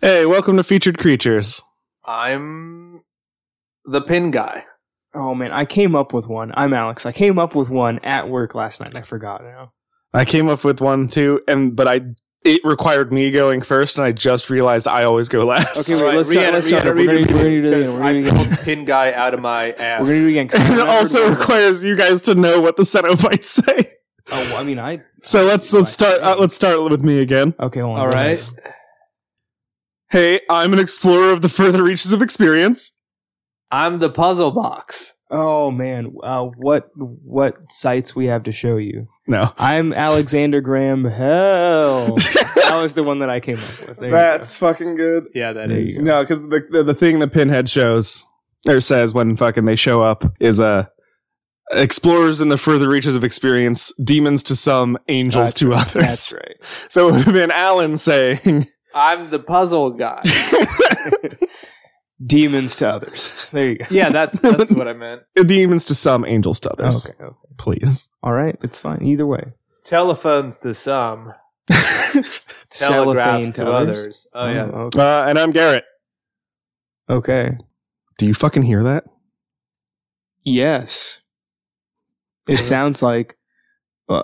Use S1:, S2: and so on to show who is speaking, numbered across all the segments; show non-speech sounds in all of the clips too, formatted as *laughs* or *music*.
S1: Hey, welcome to Featured Creatures.
S2: I'm the pin guy.
S3: Oh man, I came up with one. I'm Alex. I came up with one at work last night. and I forgot now.
S1: I came up with one too, and but I it required me going first, and I just realized I always go last. *laughs*
S3: Okay, wait, let's start- let's start. We're gonna- we're gonna do the-
S2: because
S3: we're gonna
S2: I
S3: do-
S2: pulled pin guy out of my ass.
S3: *laughs* We're gonna do it again. 'cause I
S1: and it
S3: remembered
S1: also
S3: one.
S1: requires you guys to know what the *laughs* Cenobites say.
S3: *laughs* Oh, well, I mean, I.
S1: So let's let's start uh, let's start with me again.
S3: Okay, hold on.
S2: All right.
S1: Hey, I'm an explorer of the further reaches of experience.
S2: I'm the puzzle box.
S3: Oh man, uh, what what sites we have to show you?
S1: No,
S3: I'm Alexander Graham *laughs* Hell. that was the one that I came up with. There you go.
S1: that's fucking good.
S2: Yeah, that
S3: There
S2: is.
S3: you
S1: No, because the, the the thing the pinhead shows or says when fucking they show up is uh, explorers in the further reaches of experience, demons to some, angels
S3: That's
S1: to others. *laughs*
S3: that's right.
S1: So it would have been Alan saying, *laughs*
S2: I'm the puzzle guy.
S3: Demons to others. There you go.
S2: yeah,
S3: *laughs*
S2: that's that's what I meant.
S1: "Demons to some, angels to others."
S3: okay, okay.
S1: Please, *laughs*
S3: All right. It's fine. Either way.
S2: Telephones to some, telegraphs
S3: Cellophane
S2: to others. Oh yeah.
S3: Oh, okay.
S1: uh, and I'm Garrett.
S3: okay.
S1: Do you fucking hear that?
S3: Yes. It sounds like uh,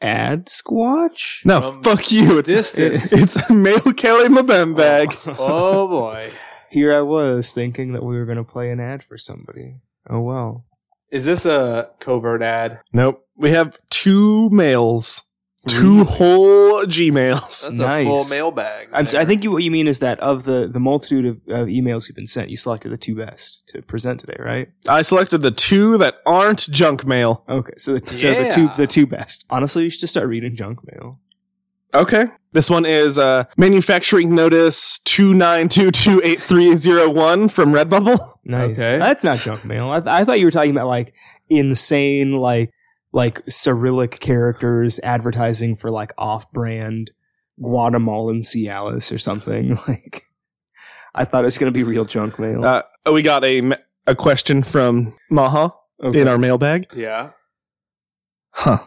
S3: ad squatch.
S1: No,
S2: From
S1: fuck you. It's
S2: distance.
S1: it's *laughs* male Kelly Mabem
S3: *laughs*
S1: bag.
S2: Oh boy.
S3: Here I was thinking that we were going to play an ad for somebody. Oh well.
S2: Is this a covert ad?
S1: Nope, we have two males, two whole Gmails.
S2: That's a
S3: Nice.
S2: full mailbag.
S3: I'm, s-
S2: there.
S3: I think you, what you mean is that of the, the multitude of, of emails you've been sent, you selected the two best to present today, right?
S1: I selected the two that aren't junk mail.
S3: Okay, so the, so the two
S2: Yeah.
S3: the two best. Honestly, you should just start reading junk mail.
S1: Okay. This one is uh, manufacturing notice two nine two two eight three zero one from Redbubble.
S3: Nice.
S2: Okay.
S3: That's not junk mail. I, th- I thought you were talking about like insane, like like Cyrillic characters advertising for like off-brand Guatemalan Cialis or something. *laughs* Like, I thought it was going to be real junk mail.
S1: Uh, we got a m- a question from Maha
S3: Okay.
S1: in our mailbag.
S2: Yeah.
S1: Huh.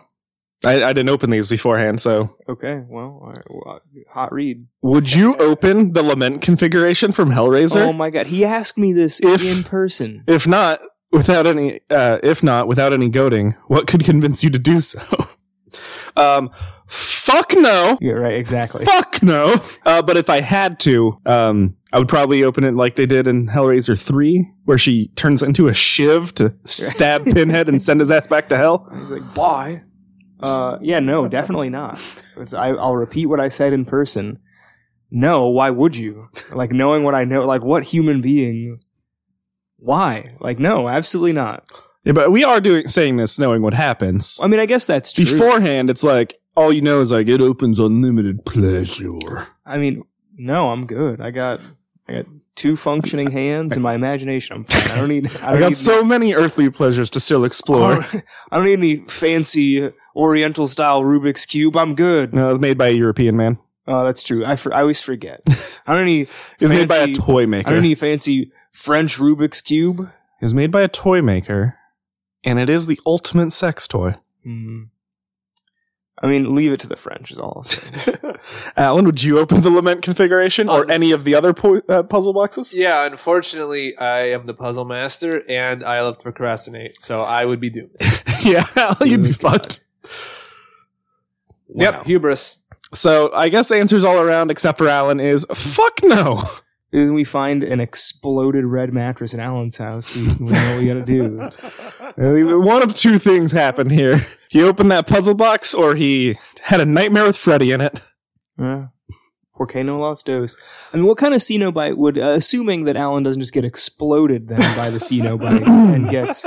S1: I, I didn't open these beforehand, so
S3: okay. Well, all right, well, hot read.
S1: would you open the lament configuration from Hellraiser?
S3: Oh my god, he asked me this
S1: If-
S3: in person.
S1: if not, without any, uh, if not without any goading, what could convince you to do so? *laughs* um, fuck no.
S3: Yeah, right. *laughs* Exactly.
S1: Fuck no. Uh, but if I had to, um, I would probably open it like they did in Hellraiser 3, where she turns into a shiv to stab
S3: *laughs*
S1: Pinhead and send his ass back to hell.
S3: He's like, why? Uh, yeah, no, definitely not. It's- I, I'll repeat what I said in person. No, why would you? Like, knowing what I know, like, what human being? Why? Like, no, absolutely not.
S1: Yeah, but we are doing saying this knowing what happens.
S3: I mean, I guess that's true.
S1: Beforehand, it's like all you know is like it opens unlimited pleasure.
S3: I mean, no, I'm good. I got, I got two functioning hands and my imagination. I'm fine. I don't need. I, Oh.
S1: I
S3: don't
S1: got
S3: need
S1: so many earthly pleasures to still explore.
S3: *laughs* I don't need any fancy Oriental style Rubik's cube. I'm good.
S1: No, it was made by a European man.
S3: Oh, that's true. I, for, I
S1: *laughs*
S3: always forget. I don't need.
S1: It was made by a
S3: fancy-
S1: toy
S3: I
S1: maker.
S3: don't need fancy French Rubik's cube.
S1: it was made by a toy maker, and it is the ultimate sex toy.
S3: Hmm. I mean, leave it to the French is all. I'll say.
S1: Alan, would you open the lament configuration or
S2: Um,
S1: any of the other po- uh, puzzle boxes?
S2: Yeah, unfortunately, I am the puzzle master, and I love to procrastinate, so I would be doomed.
S1: *laughs* *laughs* yeah, Alan, you'd be
S3: Good God.
S1: fucked.
S3: Wow.
S2: Yep, hubris.
S1: So I guess answers all around except for Alan is fuck no. *laughs*
S3: Then we find an exploded red mattress in Alan's house. We, we know what we gotta do.
S1: One of two things happened here. He opened that puzzle box or he had a nightmare with Freddy in it.
S3: Yeah. Porcano lost dose. I mean, what kind of Cenobite would, uh, assuming that Alan doesn't just get exploded then by the Cenobites and gets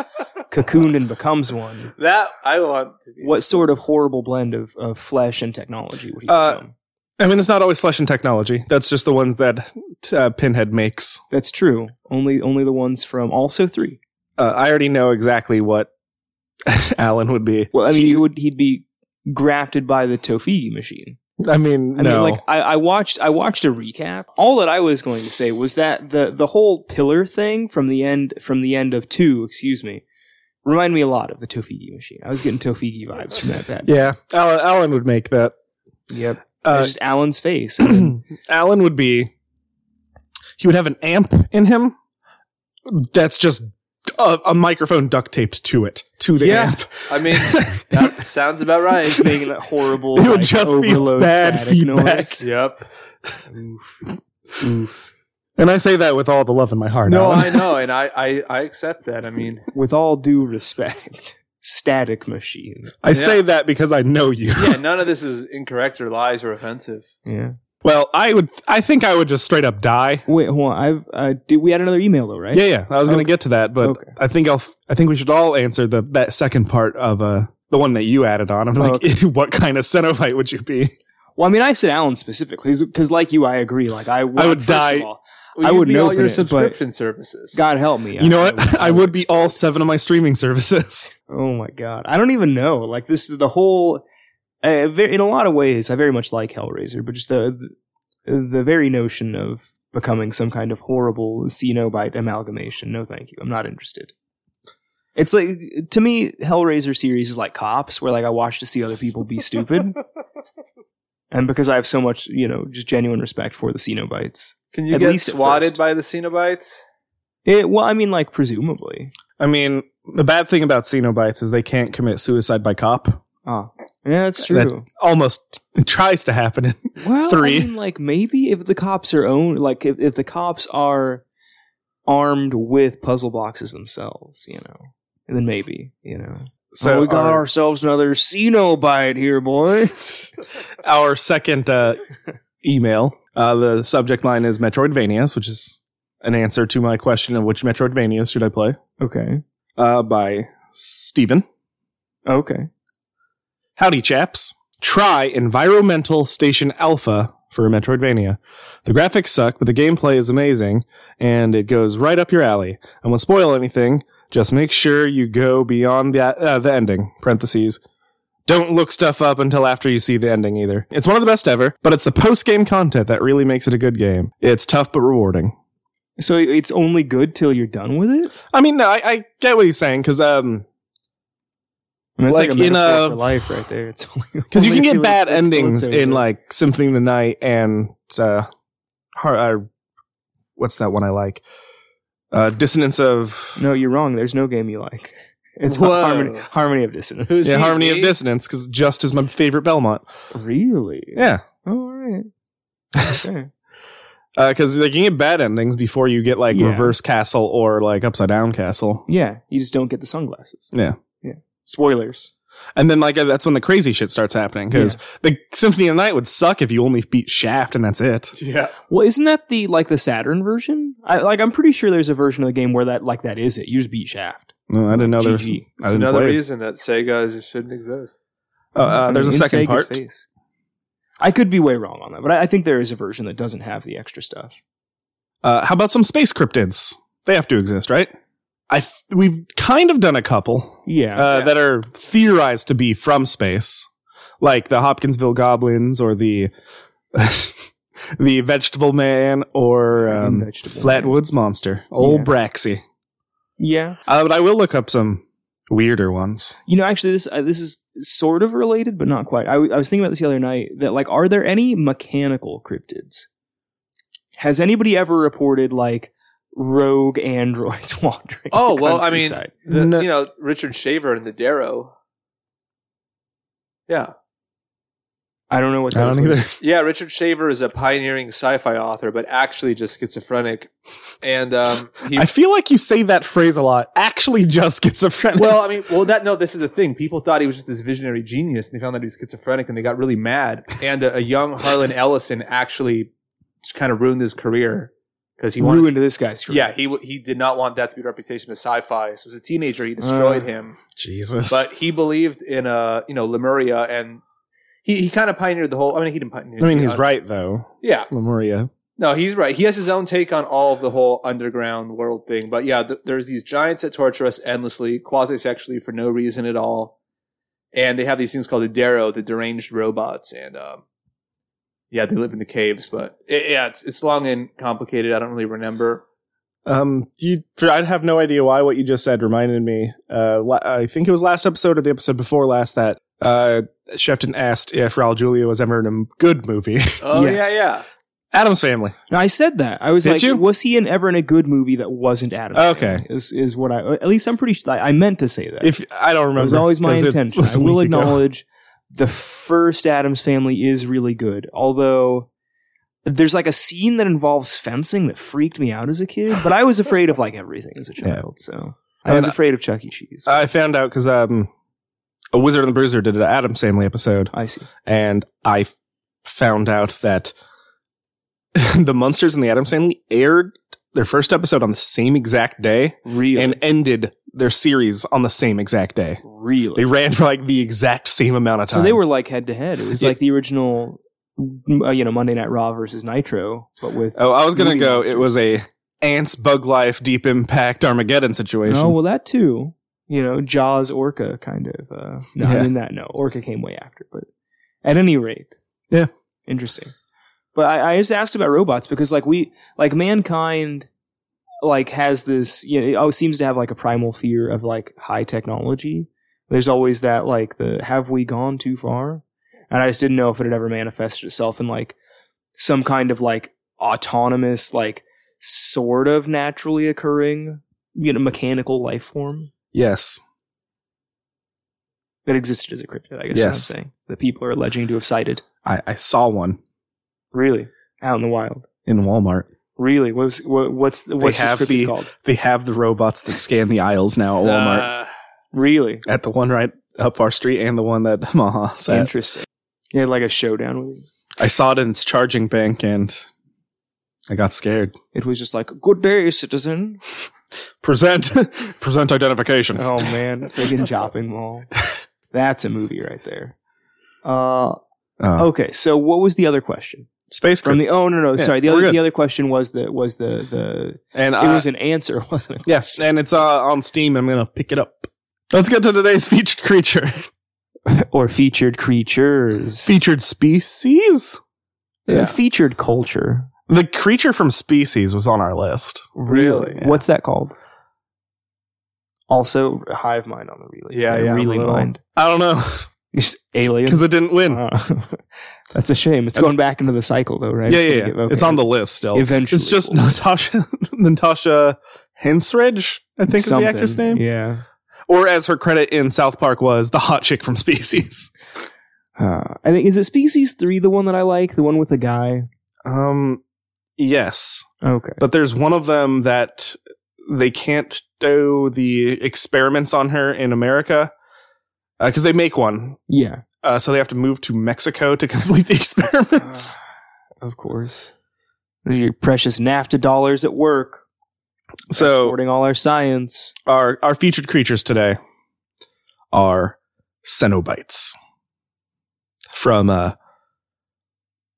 S3: cocooned and becomes one,
S2: That I want to be.
S3: what sort of horrible blend of, of flesh and technology would he
S1: Uh,
S3: become?
S1: I mean, it's not always flesh and technology. That's just the ones that uh, Pinhead makes.
S3: That's true. Only only the ones from also three.
S1: Uh, I already know exactly what *laughs* Alan would be.
S3: Well, I mean, he would he'd be grafted by the Tofigi machine.
S1: I mean,
S3: I
S1: no.
S3: mean, like I, I watched, I watched a recap. All that I was going to say was that the the whole pillar thing from the end from the end of two, excuse me, remind me a lot of the Tofigi machine. I was getting Tofigi vibes from that bad.
S1: yeah, Alan, Alan would make that.
S3: Yep.
S1: Uh, *clears throat*
S3: It's just Alan's face. And
S1: Alan would be he would have an amp in him that's just a, a microphone duct taped to it to the
S3: Yeah.
S1: amp.
S2: I mean,
S3: *laughs*
S2: that sounds about right.
S3: Just making that horrible.
S1: It would
S3: like,
S1: just be
S3: overload
S1: bad
S3: static
S1: feedback.
S2: *laughs*
S3: noise.
S2: Yep.
S3: Oof.
S1: And I say that with all the love in my heart.
S2: No,
S1: Alan.
S2: Oh, I know, and I, I, I accept that. I mean,
S3: With all due respect, *laughs* static machine.
S1: I say that because I know you. *laughs*
S2: yeah, none of this is incorrect or lies or offensive.
S3: Yeah.
S1: Well, I would. I think I would just straight up die.
S3: Wait, hold on. I've uh, did we had another email though, right?
S1: Yeah, yeah. I was going to
S3: Okay.
S1: get to that, but
S3: Okay.
S1: I think I'll. I think we should all answer the that second part of uh the one that you added on. I'm
S3: Oh,
S1: like, *laughs* what kind of Cenobite would you be?
S3: Well, I mean, I said Alan specifically because, like you, I agree. Like I, would,
S1: would
S3: first
S1: die-
S3: of all,
S2: Well,
S3: I
S2: you'd
S3: would
S2: be
S3: know
S2: all
S3: for it,
S2: your
S3: but-
S2: subscription services.
S3: God help me.
S1: you know what? *laughs* I, would be all seven of my streaming services.
S3: Oh my god, I don't even know. Like this, the whole. Uh, ve- in a lot of ways, I very much like Hellraiser, but just the the very notion of becoming some kind of horrible Cenobite amalgamation. No, thank you. I'm not interested. It's like to me, Hellraiser series is like Cops, where like I watch to see other people
S1: *laughs*
S3: be stupid, and because I have so much, you know, just genuine respect for the Cenobites.
S2: Can you
S3: At
S2: get
S3: least at
S2: swatted
S3: first.
S2: by the Cenobites?
S3: It, well, I mean, like presumably.
S1: I mean, the bad thing about Cenobites is they can't commit suicide by cop.
S3: Ah, yeah, that's true.
S1: That- Almost it tries to happen. *laughs* in-
S3: Well,
S1: Three.
S3: I mean, like maybe if the cops are own, like if, if the cops are armed with puzzle boxes themselves, you know, then maybe you know. So we got
S1: our,
S3: ourselves another Cenobite
S1: *laughs*
S3: here, boys.
S1: our second uh, email. Uh, the subject line is Metroidvanias, which is an answer to my question of which Metroidvanias should I play
S3: okay,
S1: uh, by Steven.
S3: okay.
S1: Howdy, chaps. Try Environmental Station Alpha for a Metroidvania. The graphics suck, but the gameplay is amazing, and it goes right up your alley. I won't spoil anything. Just make sure you go beyond the, uh, the ending. Parentheses. Don't look stuff up until after you see the ending either. It's one of the best ever, but it's the post game content that really makes it a good game. It's tough but rewarding.
S3: So it's only good till you're done with it.
S1: I mean, no, I, I get what he's saying because um,
S3: I mean, it's like,
S1: Like,
S3: a
S1: in
S3: metaphor
S1: a-
S3: for life, right there. It's only
S1: *laughs* because you
S3: only
S1: can get
S3: till-
S1: bad
S3: till it's
S1: endings in
S3: over.
S1: like Symphony of the Night and uh, har- uh what's that one I like? Uh, Dissonance of
S3: No, you're wrong. There's no game you like. *laughs* It's
S2: Whoa.
S3: harmony, harmony of dissonance.
S2: Who's-
S1: yeah,
S2: CD?
S1: Harmony of Dissonance because Just is my favorite Belmont.
S3: really?
S1: Yeah, *laughs*
S3: All right. Okay.
S1: because Uh, like you can get bad endings before you get like
S3: Yeah.
S1: Reverse Castle or like Upside Down Castle,
S3: Yeah, you just don't get the sunglasses.
S1: Yeah.
S3: yeah. Spoilers.
S1: and then like that's when the crazy shit starts happening because the Symphony of the Night would suck if you only beat Shaft and that's it.
S2: Yeah.
S3: Well, isn't that the like the Saturn version? I, like, I'm pretty sure there's a version of the game where that like that is it. You just beat Shaft.
S1: No, I didn't know there was.
S3: GG.
S1: I
S2: It's
S1: didn't
S2: another
S1: play it.
S2: reason that Sega just shouldn't exist.
S1: Uh, uh, there's a
S3: Mm-hmm. In
S1: second
S3: Sega's
S1: part.
S3: face. I could be way wrong on that, but I, I think there is a version that doesn't have the extra stuff.
S1: Uh, how about some space cryptids? They have to exist, right? I th- we've kind of done a couple
S3: Yeah.
S1: uh,
S2: Yeah.
S1: that are theorized to be from space, like the Hopkinsville goblins or the *laughs* the Vegetable Man or
S3: Friggin'
S1: um,
S3: Vegetable
S1: Flatwoods Monster, old
S3: Yeah.
S1: Braxy.
S3: yeah.
S1: Uh, but I will look up some weirder ones.
S3: You know, actually, this uh, this is sort of related, but not quite. I, w- I was thinking about this the other night. That like, are there any mechanical cryptids? Has anybody ever reported like rogue androids *laughs* wandering?
S2: Oh,
S3: the
S2: well, I mean,
S3: countryside?
S2: The,
S1: No.
S2: You know, Richard Shaver and the Darrow. Yeah.
S3: I don't know what
S1: I
S3: that
S1: don't
S3: is, but
S1: either.
S2: Yeah, Richard Shaver is a pioneering sci-fi author, but actually just schizophrenic. And um, he,
S1: I feel like you say that phrase a lot. Actually, just schizophrenic.
S2: *laughs* well, I mean, well, that no, this is the thing. People thought he was just this visionary genius, and they found out he was schizophrenic, and they got really mad. And a, a young Harlan Ellison actually just kind of ruined his career because he wanted.
S3: ruined this guy's career.
S2: yeah, he w- he did not want that to be a reputation of sci-fi. So as a teenager, he destroyed
S3: Uh.
S2: him.
S1: *laughs* Jesus.
S2: But he believed in uh, you know Lemuria, and he, he kind of pioneered the whole. I mean, he didn't pioneer.
S1: I mean,
S2: the- uh,
S1: he's right though,
S2: Yeah,
S1: Lemuria.
S2: No, he's right. He has his own take on all of the whole underground world thing. But yeah, th- there's these giants that torture us endlessly, quasi sexually, for no reason at all. And they have these things called the Darrow, the deranged robots. And um, yeah, they live in the caves. But it, yeah, it's, it's long and complicated. I don't really remember.
S1: Um, you, I have no idea why what you just said reminded me. Uh, la- I think it was last episode or the episode before last that uh, Shefton asked if Raul Julia was ever in a m- good movie. *laughs*
S2: Oh,
S3: Yes.
S2: yeah, yeah.
S1: Adam's Family.
S3: No, I said that. I was
S1: Did
S3: like,
S1: you?
S3: was he in ever in a good movie that wasn't Adam?
S1: Okay.
S3: Family Is is what I at least I'm pretty sure I, I meant to say that.
S1: If I don't remember,
S3: it was always my
S1: 'cause it
S3: intention.
S1: was
S3: I
S1: a
S3: will
S1: week ago.
S3: acknowledge the first Adams Family is really good, although there's like a scene that involves fencing that freaked me out as a kid. But I was afraid of like everything as a
S1: Yeah.
S3: child, so I was
S1: And-
S3: afraid of Chuck E. Cheese.
S1: I found out because um, a Wizard and the Bruiser did an Adam's Family episode,
S3: I see.
S1: and I f- found out that *laughs* the Munsters and the Adam's Family aired their first episode on the same exact day
S3: Really,
S1: and ended their series on the same exact day. They
S3: really.
S1: ran for like the exact same amount of time.
S3: so they were like head to head. It was
S1: Yeah.
S3: like the original, m- uh, you know, Monday Night Raw versus Nitro, but with
S1: Oh, I was gonna
S3: Movie
S1: go.
S3: monsters.
S1: It was a ants, bug life, deep impact, Armageddon situation.
S3: No, Oh, well, that too. You know, Jaws, Orca, kind of. Uh,
S1: Yeah.
S3: no, I mean that. No, Orca came way after, but at any rate,
S1: Yeah.
S3: interesting. But I, I just asked about robots because, like, we like mankind, like has this. You know, it always seems to have like a primal fear of like high technology. There's always that like the have we gone too far? And I just didn't know if it had ever manifested itself in like some kind of like autonomous, like sort of naturally occurring, you know, mechanical life form
S1: yes,
S3: that existed as a cryptid. I guess is what I'm
S1: Yes.
S3: saying that people are alleging to have sighted.
S1: I, I saw one
S3: Really, out in the wild.
S1: in Walmart.
S3: Really, what's what, what's what's this
S1: have
S3: cryptid
S1: the-
S3: called?
S1: They have the robots that scan the aisles now at Walmart.
S2: Uh,
S3: Really
S1: at the one right up our street and the one that *laughs* Maha's at.
S3: interesting. Yeah, like a showdown with it.
S1: I saw it in its charging bank and I got scared.
S3: It was just like, "Good day, citizen."
S1: Present, *laughs* present identification.
S3: Oh
S1: *laughs*
S3: man, friggin' chopping mall. That's a movie right there. Uh,
S1: Uh,
S3: okay, so what was the other question?
S1: space
S3: From
S1: crew.
S3: the oh no no
S1: Yeah,
S3: sorry the
S1: we're
S3: other
S1: good. Uh,
S3: the other question was the was the the
S1: and
S3: it
S1: I,
S3: was an answer *laughs* wasn't it?
S1: yeah, and it's uh, on Steam. I'm gonna pick it up. Let's get to today's featured creature. *laughs*
S3: or featured creatures.
S1: featured species.
S3: Uh, featured culture.
S1: The creature from Species was on our list.
S2: Really? Yeah.
S3: What's that called? Also, hive mind on the release.
S2: Yeah,
S3: They're
S2: yeah,
S3: Really
S2: little-
S3: mind.
S1: I don't know
S3: It's
S1: *laughs*
S3: alien.
S1: because it didn't win.
S3: Uh, *laughs* that's a shame. It's
S1: And-
S3: going back into the cycle, though, right?
S1: yeah,
S3: It's
S1: yeah,
S3: gonna
S1: yeah.
S3: get- okay.
S1: It's on the list still.
S3: Eventually,
S1: It's just Natasha *laughs* Natasha Hensredge, I think
S3: Something.
S1: is the actress name,
S3: Yeah.
S1: or as her credit in South Park was, the hot chick from Species.
S3: Uh, I think is it Species Three, the one that I like, the one with the guy.
S1: *laughs* Um, yes,
S3: Okay.
S1: but there's one of them that they can't do the experiments on her in America because they make one,
S3: Yeah.
S1: uh, so they have to move to Mexico to *laughs* complete the experiments.
S3: of course. Your precious NAFTA dollars at work,
S1: so
S3: supporting all our science.
S1: our our featured creatures today are Cenobites from uh,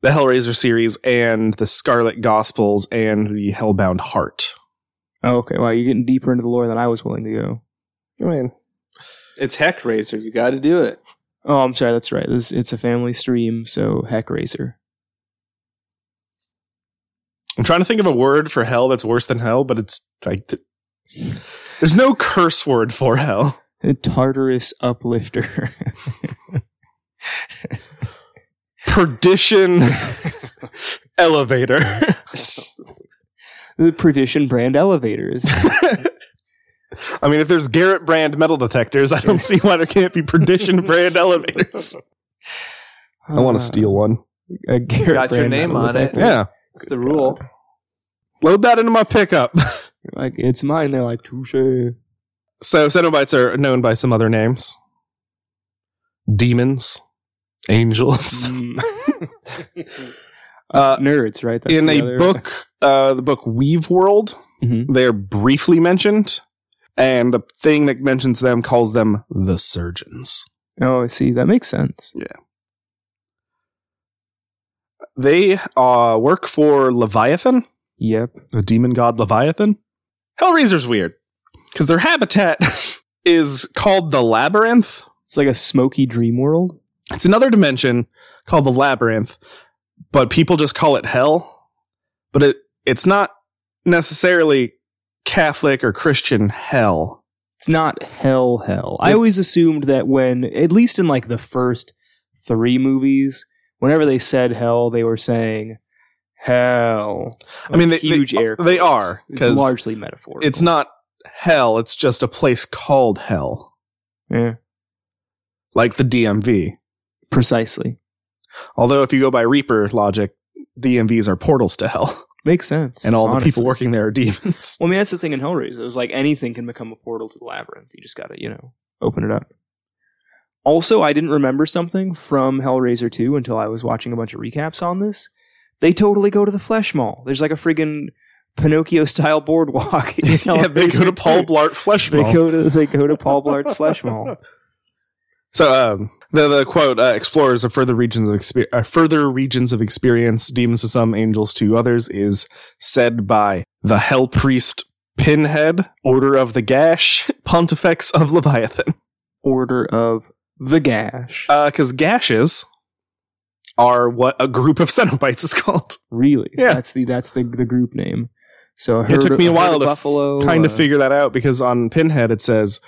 S1: the Hellraiser series and the Scarlet Gospels and the Hellbound Heart.
S3: Oh, okay. Wow, you're getting deeper into the lore than I was willing to go.
S1: I mean,
S2: it's Heck Razor. You got to do it.
S3: Oh, I'm sorry. That's right. This it's a family stream, so Heckraiser.
S1: I'm trying to think of a word for hell that's worse than hell, but it's like th- there's no curse word for hell.
S3: Tartarus uplifter. *laughs*
S1: Perdition *laughs* elevator.
S3: the Perdition brand elevators.
S1: *laughs* I mean, if there's Garrett brand metal detectors, I don't see why there can't be Perdition *laughs* brand elevators. I want to steal one.
S3: Ah, a Garrett
S2: got your
S3: brand
S2: name on it.
S3: elevator.
S1: Uh, Yeah.
S2: It's the rule.
S1: Load that into my pickup. *laughs*
S3: Like it's mine. They're like touche. Mm.
S1: so Cenobites are known by some other names. Demons.
S3: *laughs* Mm-hmm.
S1: Angels.
S3: Mm.
S1: Uh,
S3: Nerds, right?
S1: in
S3: the
S1: a
S3: other-
S1: book, uh, the book Weave World,
S3: Mhm.
S1: they're briefly mentioned. And the thing that mentions them calls them the surgeons.
S3: Oh, I see. That makes sense.
S1: They uh, work for Leviathan,
S3: Yep.
S1: the demon god Leviathan. Hellraiser's weird because their habitat *laughs* is called the Labyrinth.
S3: It's like a smoky dream world.
S1: It's another dimension called the labyrinth, but people just call it hell. But it it's not necessarily Catholic or Christian hell.
S3: It's not hell hell. I always assumed that when at least in like the first 3 movies, whenever they said hell, they were saying hell.
S1: I mean, they-
S3: huge
S1: they-
S3: air.
S1: they
S3: quotes.
S1: are,
S3: It's
S1: 'cause
S3: largely metaphorical.
S1: It's not hell, it's just a place called hell,
S3: yeah.
S1: like the DMV.
S3: precisely
S1: Although, if you go by Reaper logic, DMVs are portals to hell,
S3: makes sense.
S1: and all the
S3: honestly.
S1: people working there are
S3: *laughs*
S1: demons.
S3: Well, I mean, that's the thing in Hellraiser. It was like anything can become a portal to the labyrinth. You just got to, you know, open it up. Also, I didn't remember something from Hellraiser 2 until I was watching a bunch of recaps on this. They totally go to the flesh mall. There's like a friggin' Pinocchio style boardwalk. In
S1: *laughs* yeah, they go
S3: Hellraiser
S1: to Paul
S3: 2.
S1: Blart Flesh
S3: They
S1: Mall.
S3: go to they go to Paul
S1: *laughs*
S3: Blart's flesh mall.
S1: So um, the the quote uh, explorers of further regions of exper- uh, further regions of experience, demons to some, angels to others, is said by the Hell Priest Pinhead, Order of the Gash, *laughs* Pontifex of Leviathan,
S3: Order of the Gash.
S1: because gashes are what a group of centibites is called.
S3: really?
S1: yeah.
S3: That's the that's the the group name. So a
S1: It took
S3: herd-
S1: me a
S3: herd
S1: while
S3: of
S1: to
S3: buffalo,
S1: Trying to
S3: uh,
S1: figure that out because on Pinhead it says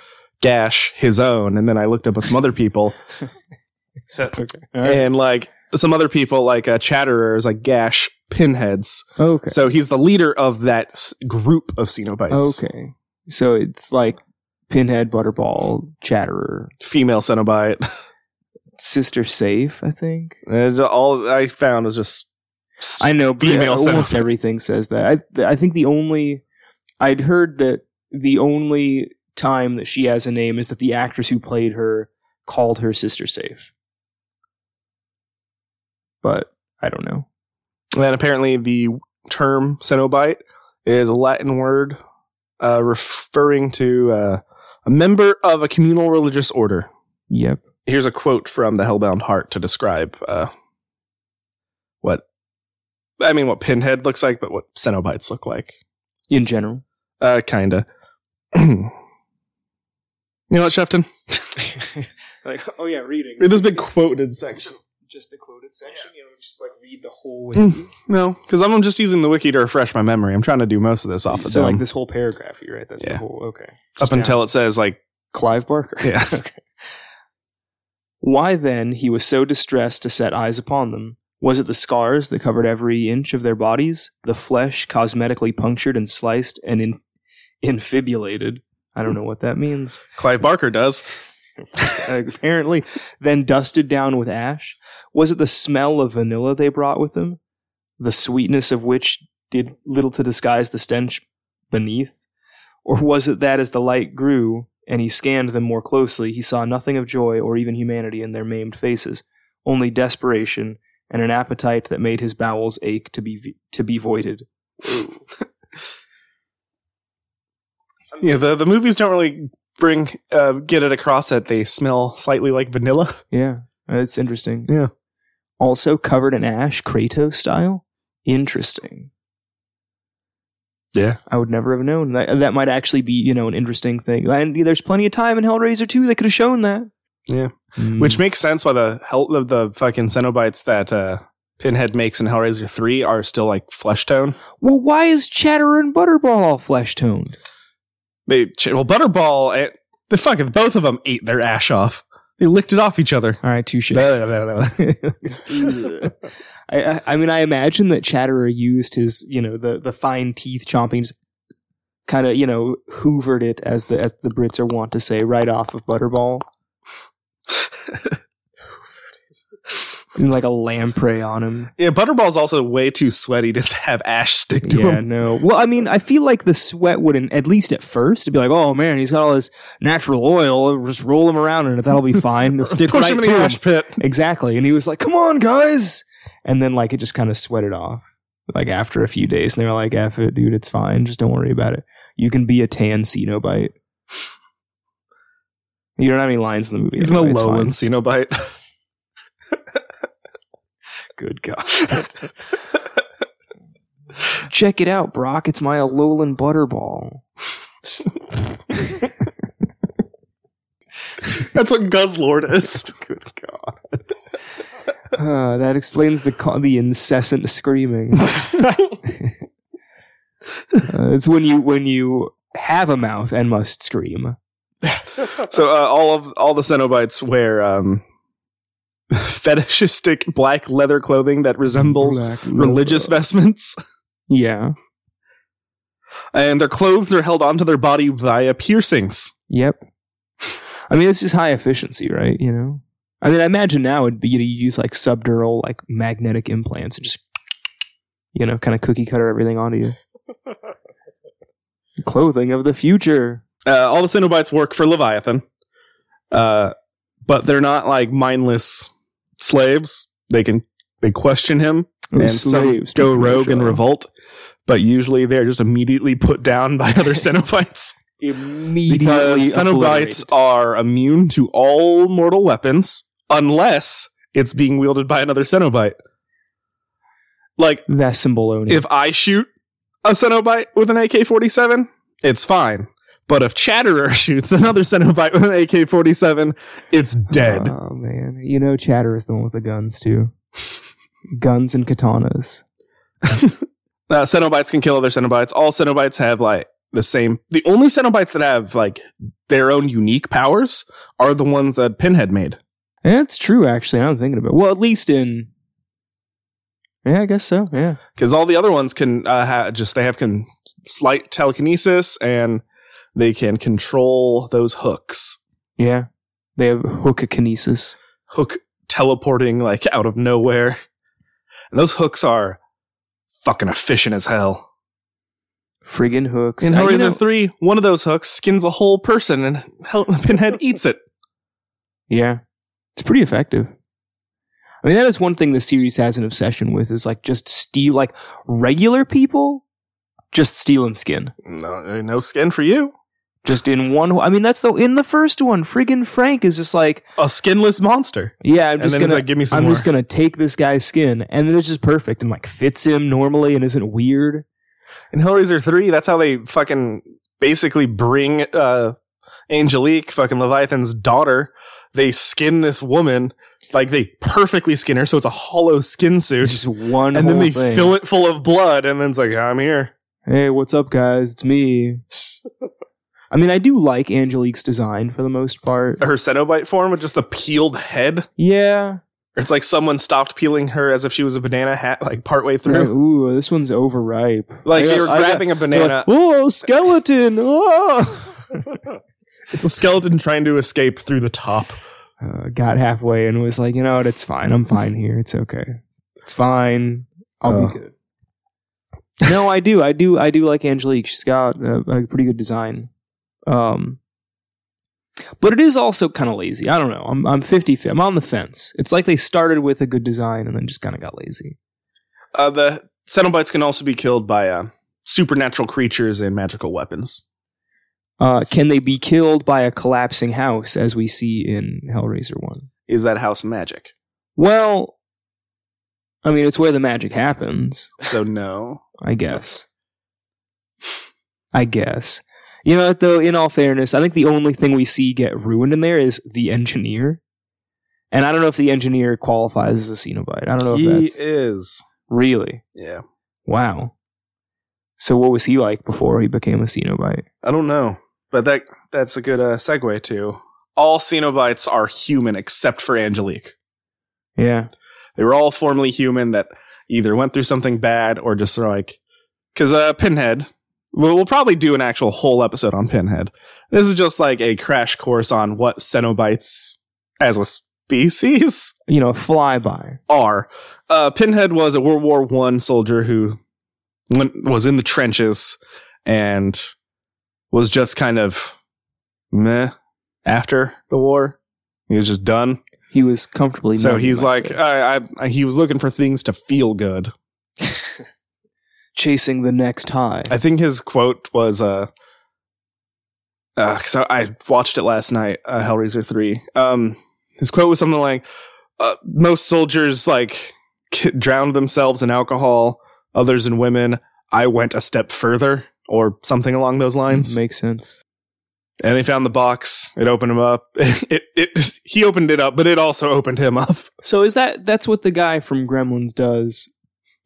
S1: gash his own, and then I looked up at some other people,
S3: *laughs* Okay. *laughs* All right.
S1: and like some other people like uh, Chatterer is like gash pinheads.
S3: okay.
S1: So he's the leader of that s- group of Cenobites.
S3: Okay. So it's like Pinhead, Butterball, Chatterer,
S1: Female Cenobite. *laughs*
S3: Sister Safe, I think.
S1: And all I found was just.
S3: I know, but
S1: Female
S3: almost
S1: centipede.
S3: everything says that. I, I think the only. I'd heard that the only time that she has a name is that the actress who played her called her Sister Safe. But I don't know.
S1: And then apparently the term Cenobite is a Latin word uh, referring to uh, a member of a communal religious order.
S3: Yep.
S1: Here's a quote from the Hellbound Heart to describe uh, what. I mean, what Pinhead looks like, but what Cenobites look like.
S3: In
S1: *laughs*
S3: general.
S1: Uh, kinda. *clears throat* you know what, Shefton?
S3: like, oh yeah, reading.
S1: Read this big quoted section.
S3: Just the quoted section. You know, just like read the
S1: *laughs*
S3: whole.
S1: Mm. No, because I'm just using the wiki to refresh my memory. I'm trying to do most of this off the
S3: so
S1: dome,
S3: like this whole paragraph here, right? That's
S1: Yeah.
S3: the whole. Okay.
S1: up until it says like,
S3: Clive Barker.
S1: yeah,
S3: *laughs* okay. Why then he was so distressed to set eyes upon them? Was it the scars that covered every inch of their bodies, the flesh cosmetically punctured and sliced and in- *laughs* infibulated? I don't know what that means.
S1: Clive Barker does.
S3: *laughs* apparently, then dusted down with ash? Was it the smell of vanilla they brought with them, the sweetness of which did little to disguise the stench beneath? Or was it that as the light grew and he scanned them more closely, he saw nothing of joy or even humanity in their maimed faces, only desperation and an appetite that made his bowels ache to be to be voided?
S1: Yeah, the the movies don't really bring uh, get it across that they smell slightly like vanilla.
S3: Yeah, it's interesting.
S1: Yeah.
S3: Also covered in ash, Kratos style. Interesting.
S1: Yeah.
S3: I would never have known that. That might actually be, you know, an interesting thing. And there's plenty of time in Hellraiser 2 they could have shown that. Hmm.
S1: Yeah. Which makes sense why the hell the, the fucking Cenobites that uh, Pinhead makes in Hellraiser three are still like flesh tone.
S3: well, why is Chatterer and Butterball all flesh toned?
S1: They ch- well Butterball eh, the fucking both of them ate their ash off. They licked it off each other.
S3: All right,
S1: *laughs*
S3: touche.
S1: yeah,
S3: *laughs* I, I, I mean, I imagine that Chatterer used his, you know, the, the fine teeth chomping, kind of, you know, hoovered it as the as the Brits are wont to say, right off of Butterball,
S1: *laughs*
S3: and like a lamprey on him.
S1: Butterball's also way too sweaty to have ash stick to
S3: Yeah,
S1: him.
S3: no. Well, I mean, I feel like the sweat wouldn't, at least at first, it'd be like, oh man, he's got all this natural oil. I'll Just roll him around in it. That'll be fine. It'll stick
S1: Push
S3: right
S1: him in
S3: to
S1: the
S3: him.
S1: ash pit.
S3: Exactly. And he was like, come on, guys. And then, like, it just kind of sweated off, like, after a few days. And they were like, F it, dude. It's fine. Just don't worry about it. You can be a tan Cenobite. You don't have any lines in the movie.
S1: He's an
S3: anyway, it's
S1: Alolan Cenobite. *laughs*
S3: fine. Good God. Check it out, Brock. It's my Alolan Butterball.
S1: That's what Guzzlord *laughs* is. Good God.
S3: *laughs* Uh, that explains the co- the
S1: *laughs*
S3: incessant screaming. uh, it's when you when you have a mouth and must scream.
S1: So uh, all of all the Cenobites wear um, fetishistic black leather clothing that resembles
S3: Black
S1: religious
S3: Mamba.
S1: vestments,
S3: Yeah.
S1: and their clothes are held onto their body via piercings.
S3: Yep. I mean, this is high efficiency, right? You know. I mean, I imagine now it'd be you use like subdural, like magnetic implants, and just you know, kind of cookie cutter everything onto
S1: *laughs*
S3: you. Clothing of the future.
S1: Uh, all the Cenobites work for Leviathan, uh, but they're not like mindless slaves. They can they question him and some
S3: slaves to
S1: go rogue and
S3: Persia.
S1: revolt, but usually they're just immediately put down by other Cenobites.
S3: immediately
S1: because Cenobites are immune to all mortal weapons unless it's being wielded by another Cenobite. Like,
S3: Vesimbolonia.
S1: if I shoot a Cenobite with an AK 47, it's fine. But if Chatterer *laughs* shoots another Cenobite with an AK 47, it's dead.
S3: Oh man, you know Chatter is the one with the
S1: *laughs*
S3: guns too. guns and katanas.
S1: Uh, Cenobites can kill other Cenobites. All Cenobites have like the same. The only Cenobites that have like their own unique powers are the ones that Pinhead made.
S3: That's true, actually. Now I'm thinking about. It. Well, at least in. Yeah, I guess so. Yeah,
S1: because all the other ones can uh, ha- just they have can slight telekinesis and they can control those hooks
S3: yeah. They have hookakinesis.
S1: hook teleporting like out of nowhere and those hooks are fucking efficient as hell
S3: Friggin' hooks.
S1: in
S3: Uh, you
S1: Hellraiser
S3: know-
S1: 3 one of those hooks skins a whole person and Hell- *laughs* Pinhead eats it
S3: yeah, it's pretty effective. I mean, that is one thing the series has an obsession with is like just steal like regular people, just stealing skin.
S1: no, no skin for you
S3: just in one. I mean, that's the in the first one. Friggin' Frank is just like,
S1: a skinless monster
S3: yeah, I'm
S1: and
S3: just
S1: then
S3: gonna,
S1: he's like give me some
S3: I'm
S1: more
S3: just gonna take this guy's skin, and it's just perfect and like fits him normally and isn't weird.
S1: in Hellraiser 3 that's how they fucking basically bring uh Angelique fucking Leviathan's daughter they skin this woman like they perfectly skin her so it's a hollow skin suit
S3: It's just one.
S1: and then
S3: whole
S1: they
S3: thing.
S1: fill it full of blood and then it's like I'm here
S3: Hey, what's up, guys? It's me. I mean, I do like Angelique's design for the most part.
S1: her Cenobite form with just the peeled head
S3: Yeah.
S1: it's like someone stopped peeling her as if she was a banana hat like partway
S3: Like,
S1: through
S3: ooh, this one's overripe.
S1: like
S3: I
S1: they
S3: got-
S1: were
S3: I got-
S1: grabbing a
S3: They're
S1: banana
S3: *laughs* Like, oh, skeleton! *laughs* Oh.
S1: it's a skeleton trying to escape through the top
S3: uh, got halfway and was like, you know what, it's fine. I'm fine here. It's okay. It's fine. I'll
S1: Oh.
S3: be good. no, I do. I do. I do like Angelique. She's got a, a pretty good design. Um, but it is also kind of lazy. I don't know. I'm I'm 50 I'm on the fence. It's like they started with a good design and then just kind of got lazy.
S1: Uh, the Cenobites can also be killed by uh, supernatural creatures and magical weapons.
S3: Uh, can they be killed by a collapsing house as we see in Hellraiser 1?
S1: Is that house magic?
S3: Well, I mean, it's where the magic happens. *laughs*
S1: So no.
S3: I guess. I guess. You know, what, though, in all fairness, I think the only thing we see get ruined in there is the engineer. And I don't know if the engineer qualifies as a Cenobite. I don't know if
S1: he
S3: that's
S1: is.
S3: really.
S1: Yeah.
S3: Wow. So what was he like before he became a Cenobite?
S1: I don't know, but that that's a good uh, segue to all Cenobites are human except for Angelique.
S3: Yeah.
S1: They were all formerly human that either went through something bad or just are like because uh, Pinhead. We'll, we'll probably do an actual whole episode on Pinhead. This is just like a crash course on what Cenobites as a species
S3: You know, a flyby.
S1: are. Uh, Pinhead was a World War One soldier who went, was in the trenches and was just kind of meh after the war. He was just done.
S3: He was comfortably.
S1: so
S3: numb, you
S1: he's
S3: might
S1: like,
S3: say.
S1: I, I, I- he was looking for things to feel good.
S3: chasing the next high.
S1: I think his quote was, uh, uh, cause I, I watched it last night, uh, Hellraiser 3. Um, his quote was something like, uh, most soldiers like k- drowned themselves in alcohol, others in women. I went a step further or something along those lines.
S4: Mm-hmm.
S3: Makes sense.
S1: And they found the box. It opened him up. *laughs* It, it, it, he opened it up, but it also opened him up. *laughs*
S3: So is that that's what the guy from Gremlins does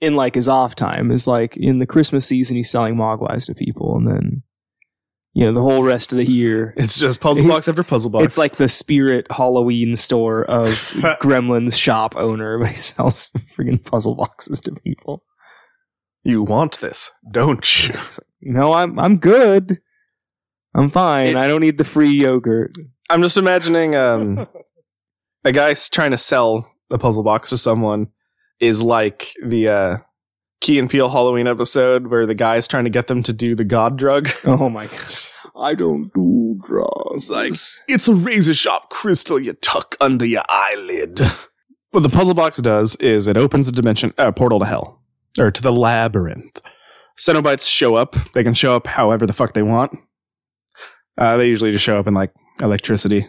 S3: in like his off time is like in the Christmas season he's selling mogwais to people and then you know the whole rest of the year.
S4: It's just puzzle box after puzzle box.
S3: It's like the spirit Halloween store *laughs* of Gremlin's shop owner, but he sells freaking puzzle boxes to people.
S4: you want this, don't you?
S3: It's like, no, I'm I'm good. I'm fine.
S1: It-
S3: I don't need the free yogurt.
S1: I'm just imagining um, a guy s- trying to sell a puzzle box to someone is like the uh, Key and Peele Halloween episode where the guy's trying to get them to do the God drug. *laughs*
S3: Oh my gosh. I don't do
S1: It's
S3: drugs.
S1: like it's a razor sharp crystal you tuck under your eyelid. *laughs* What the puzzle box does is it opens a dimension uh, portal to hell or to the labyrinth. Cenobites show up. They can show up however the fuck they want. Uh, they usually just show up in like electricity.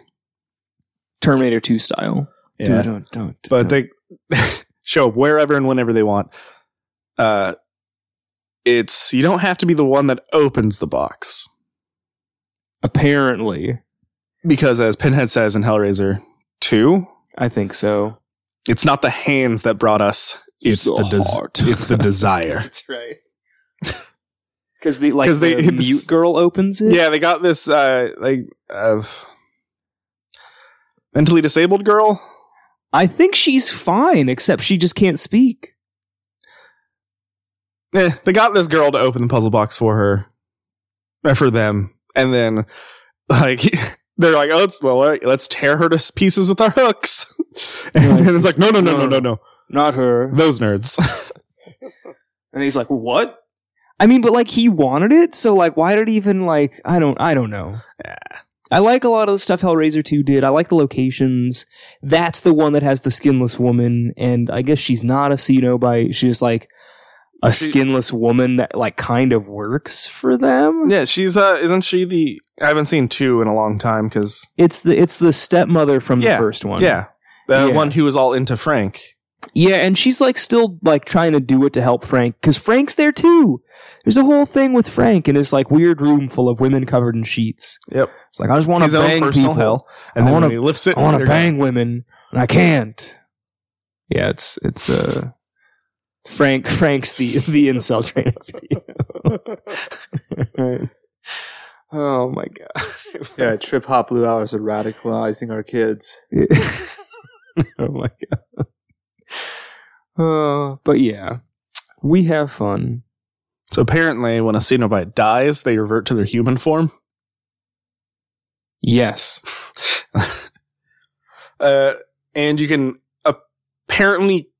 S3: Terminator 2 style.
S1: Yeah.
S3: Don't, don't,
S1: but they *laughs* show up wherever and whenever they want. Uh, it's you don't have to be the one that opens the box
S3: apparently,
S1: because, as Pinhead says in Hellraiser Two,
S3: I think so.
S1: it's not the hands that brought us; it's, the, des-
S3: heart.
S1: *laughs* it's the *laughs* desire.
S3: *laughs* That's right. *laughs* Because the like
S1: 'Cause they- *laughs*
S3: the mute girl opens it.
S1: yeah, they got this uh, like uh, mentally disabled girl.
S3: I think she's fine, except she just can't speak.
S1: Eh, they got this girl to open the puzzle box for her, or for them, and then like *laughs* they're like, "Oh, it's, well, all right, let's tear her to pieces with our hooks." *laughs* And
S3: Like,
S1: then it's like, uh, "No, no, no, no, no, no,
S3: Not her.
S1: those nerds." *laughs*
S3: And he's like, "What?" I mean, but like he wanted it, so like, why did he even like? I don't. I don't know. I like a lot of the stuff Hellraiser 2 did. I like the locations. That's the one that has the skinless woman, and I guess she's not a Cenobite. She's just like a
S1: She-
S3: skinless woman that like kind of works for them.
S1: yeah, she's uh, isn't she the? I haven't seen two in a long time because
S3: It's the it's the stepmother from
S1: Yeah.
S3: the first one.
S1: yeah, the
S3: Yeah.
S1: one who was all into Frank.
S3: Yeah, and she's like still like trying to do it to help Frank because Frank's there too. There's a whole thing with Frank in his like weird room full of women covered in sheets.
S1: Yep.
S3: it's like I just want to
S1: His own
S3: bang
S1: personal
S3: people.
S1: hell, and
S3: I
S1: then
S3: wanna-
S1: when he lifts it,
S3: I want
S1: *laughs*
S3: to
S1: they're
S3: bang women, and I can't. Yeah, it's it's uh Frank Frank's the the incel train. Right. Oh my god!
S2: Yeah, trip hop blue hours are radicalizing our kids.
S3: *laughs* oh my god. Uh, but yeah, we have fun.
S1: So apparently, when a Cenobite dies, they revert to their human form.
S3: Yes.
S1: uh, and you can apparently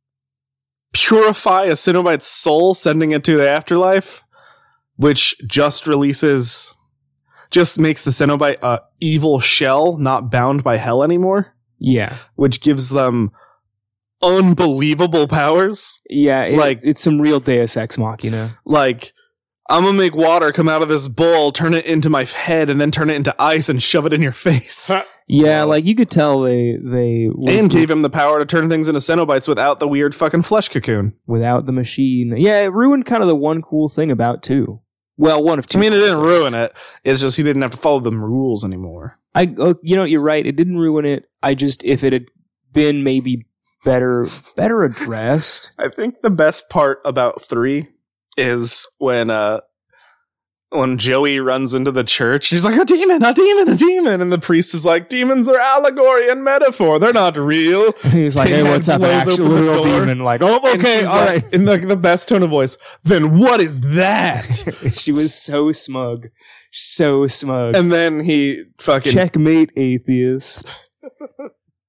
S1: purify a Cenobite's soul, sending it to the afterlife, which just releases, just makes the Cenobite a evil shell, not bound by hell anymore,
S3: Yeah.
S1: which gives them unbelievable powers.
S3: Yeah. it-
S1: Like-
S3: it's some real Deus Ex Machina.
S1: Like, I'm gonna make water come out of this bowl, turn it into my head, and then turn it into ice and shove it in your face.
S3: Yeah, like you could tell they they were-
S1: Um, and gave him the power to turn things into Cenobites without the weird fucking flesh cocoon.
S3: without the machine. Yeah, it ruined kind of the one cool thing about two. Well, one
S1: I
S3: of two.
S1: mean, it didn't ruin it. It's just he didn't have to follow the rules anymore.
S3: I, oh, you know, you're right. It didn't ruin it. I just if it had been maybe better better addressed. *laughs*
S1: I think the best part about three is when uh when Joey runs into the church. He's like a demon, a demon, a demon, and the priest is like, "Demons are allegory and metaphor. They're not real."
S3: He's like, hey,
S1: Pinhead
S3: what's up,
S1: blows
S3: actual
S1: open the
S3: little
S1: door.
S3: demon? Like,
S1: Oh,
S3: And
S1: okay,
S3: she's
S1: all
S3: like-
S1: right. In like the best tone of voice. Then what is that? *laughs*
S3: *laughs* she was so smug, so smug.
S1: and then he fucking
S3: Checkmate, atheist.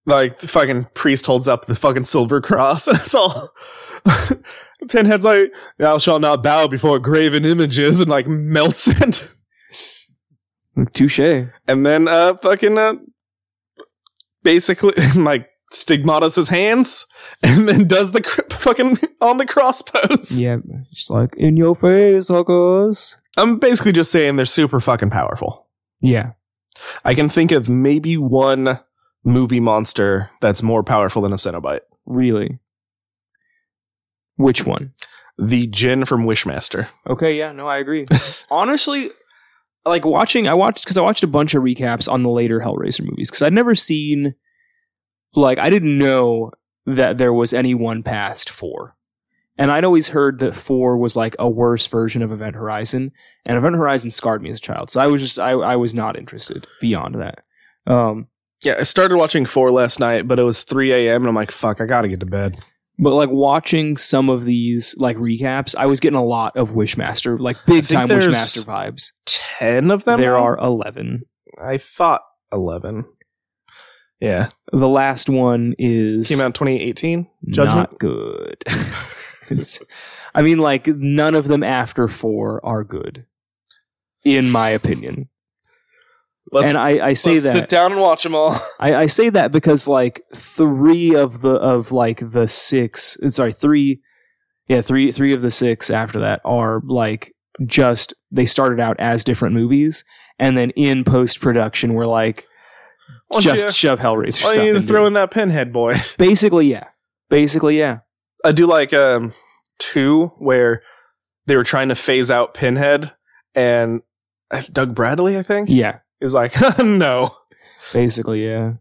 S1: like the fucking priest holds up the fucking silver cross *laughs* and it's all pinhead's like thou shalt not bow before graven images and like melts *laughs* it *laughs*
S3: Touche.
S1: and then uh fucking uh basically *laughs* like stigmatas his hands *laughs* and then does the cr- fucking on the cross pose
S3: Yeah, she's like, in your face, suckers.
S1: i'm basically just saying they're super fucking powerful
S3: Yeah.
S1: i can think of maybe one movie monster that's more powerful than a cenobite
S3: Really? Which one?
S1: the jinn from wishmaster
S3: Okay, yeah, no, I *laughs* agree. Honestly, like watching, I watched because I watched a bunch of recaps on the later Hellraiser movies because I'd never seen, like, I didn't know that there was any one past four, And I'd always heard that four was like a worse version of Event Horizon, and Event Horizon scarred me as a child. So I was just I, I was not interested beyond that. Um,
S1: Yeah, I started watching four last night, but it was three a.m. and I'm like, fuck, I gotta get to bed.
S3: but like watching some of these like recaps, I was getting a lot of Wishmaster, like
S1: I
S3: big
S1: think
S3: time
S1: there's
S3: Wishmaster vibes.
S1: Ten of them.
S3: There
S1: on?
S3: are eleven.
S1: I thought eleven. Yeah,
S3: The last one is
S1: came out in 2018. Judgment. *laughs*
S3: not good. *laughs* it's, I mean, like none of them after four are good, in my opinion.
S1: Let's,
S3: and I, I say
S1: let's
S3: that
S1: sit down and watch them *laughs* all.
S3: I, I say that because like three of the of like the six sorry three yeah three three of the six after that are like just they started out as different movies and then in post production we're like
S1: Why don't
S3: just
S1: Oh, you-
S3: shove Hellraiser
S1: All
S3: stuff
S1: you need to
S3: into
S1: throw
S3: it.
S1: in that pinhead boy.
S3: basically yeah basically yeah
S1: I do like um two where they were trying to phase out Pinhead and uh, Doug Bradley, I think,
S3: yeah
S1: is like, *laughs* no.
S3: basically yeah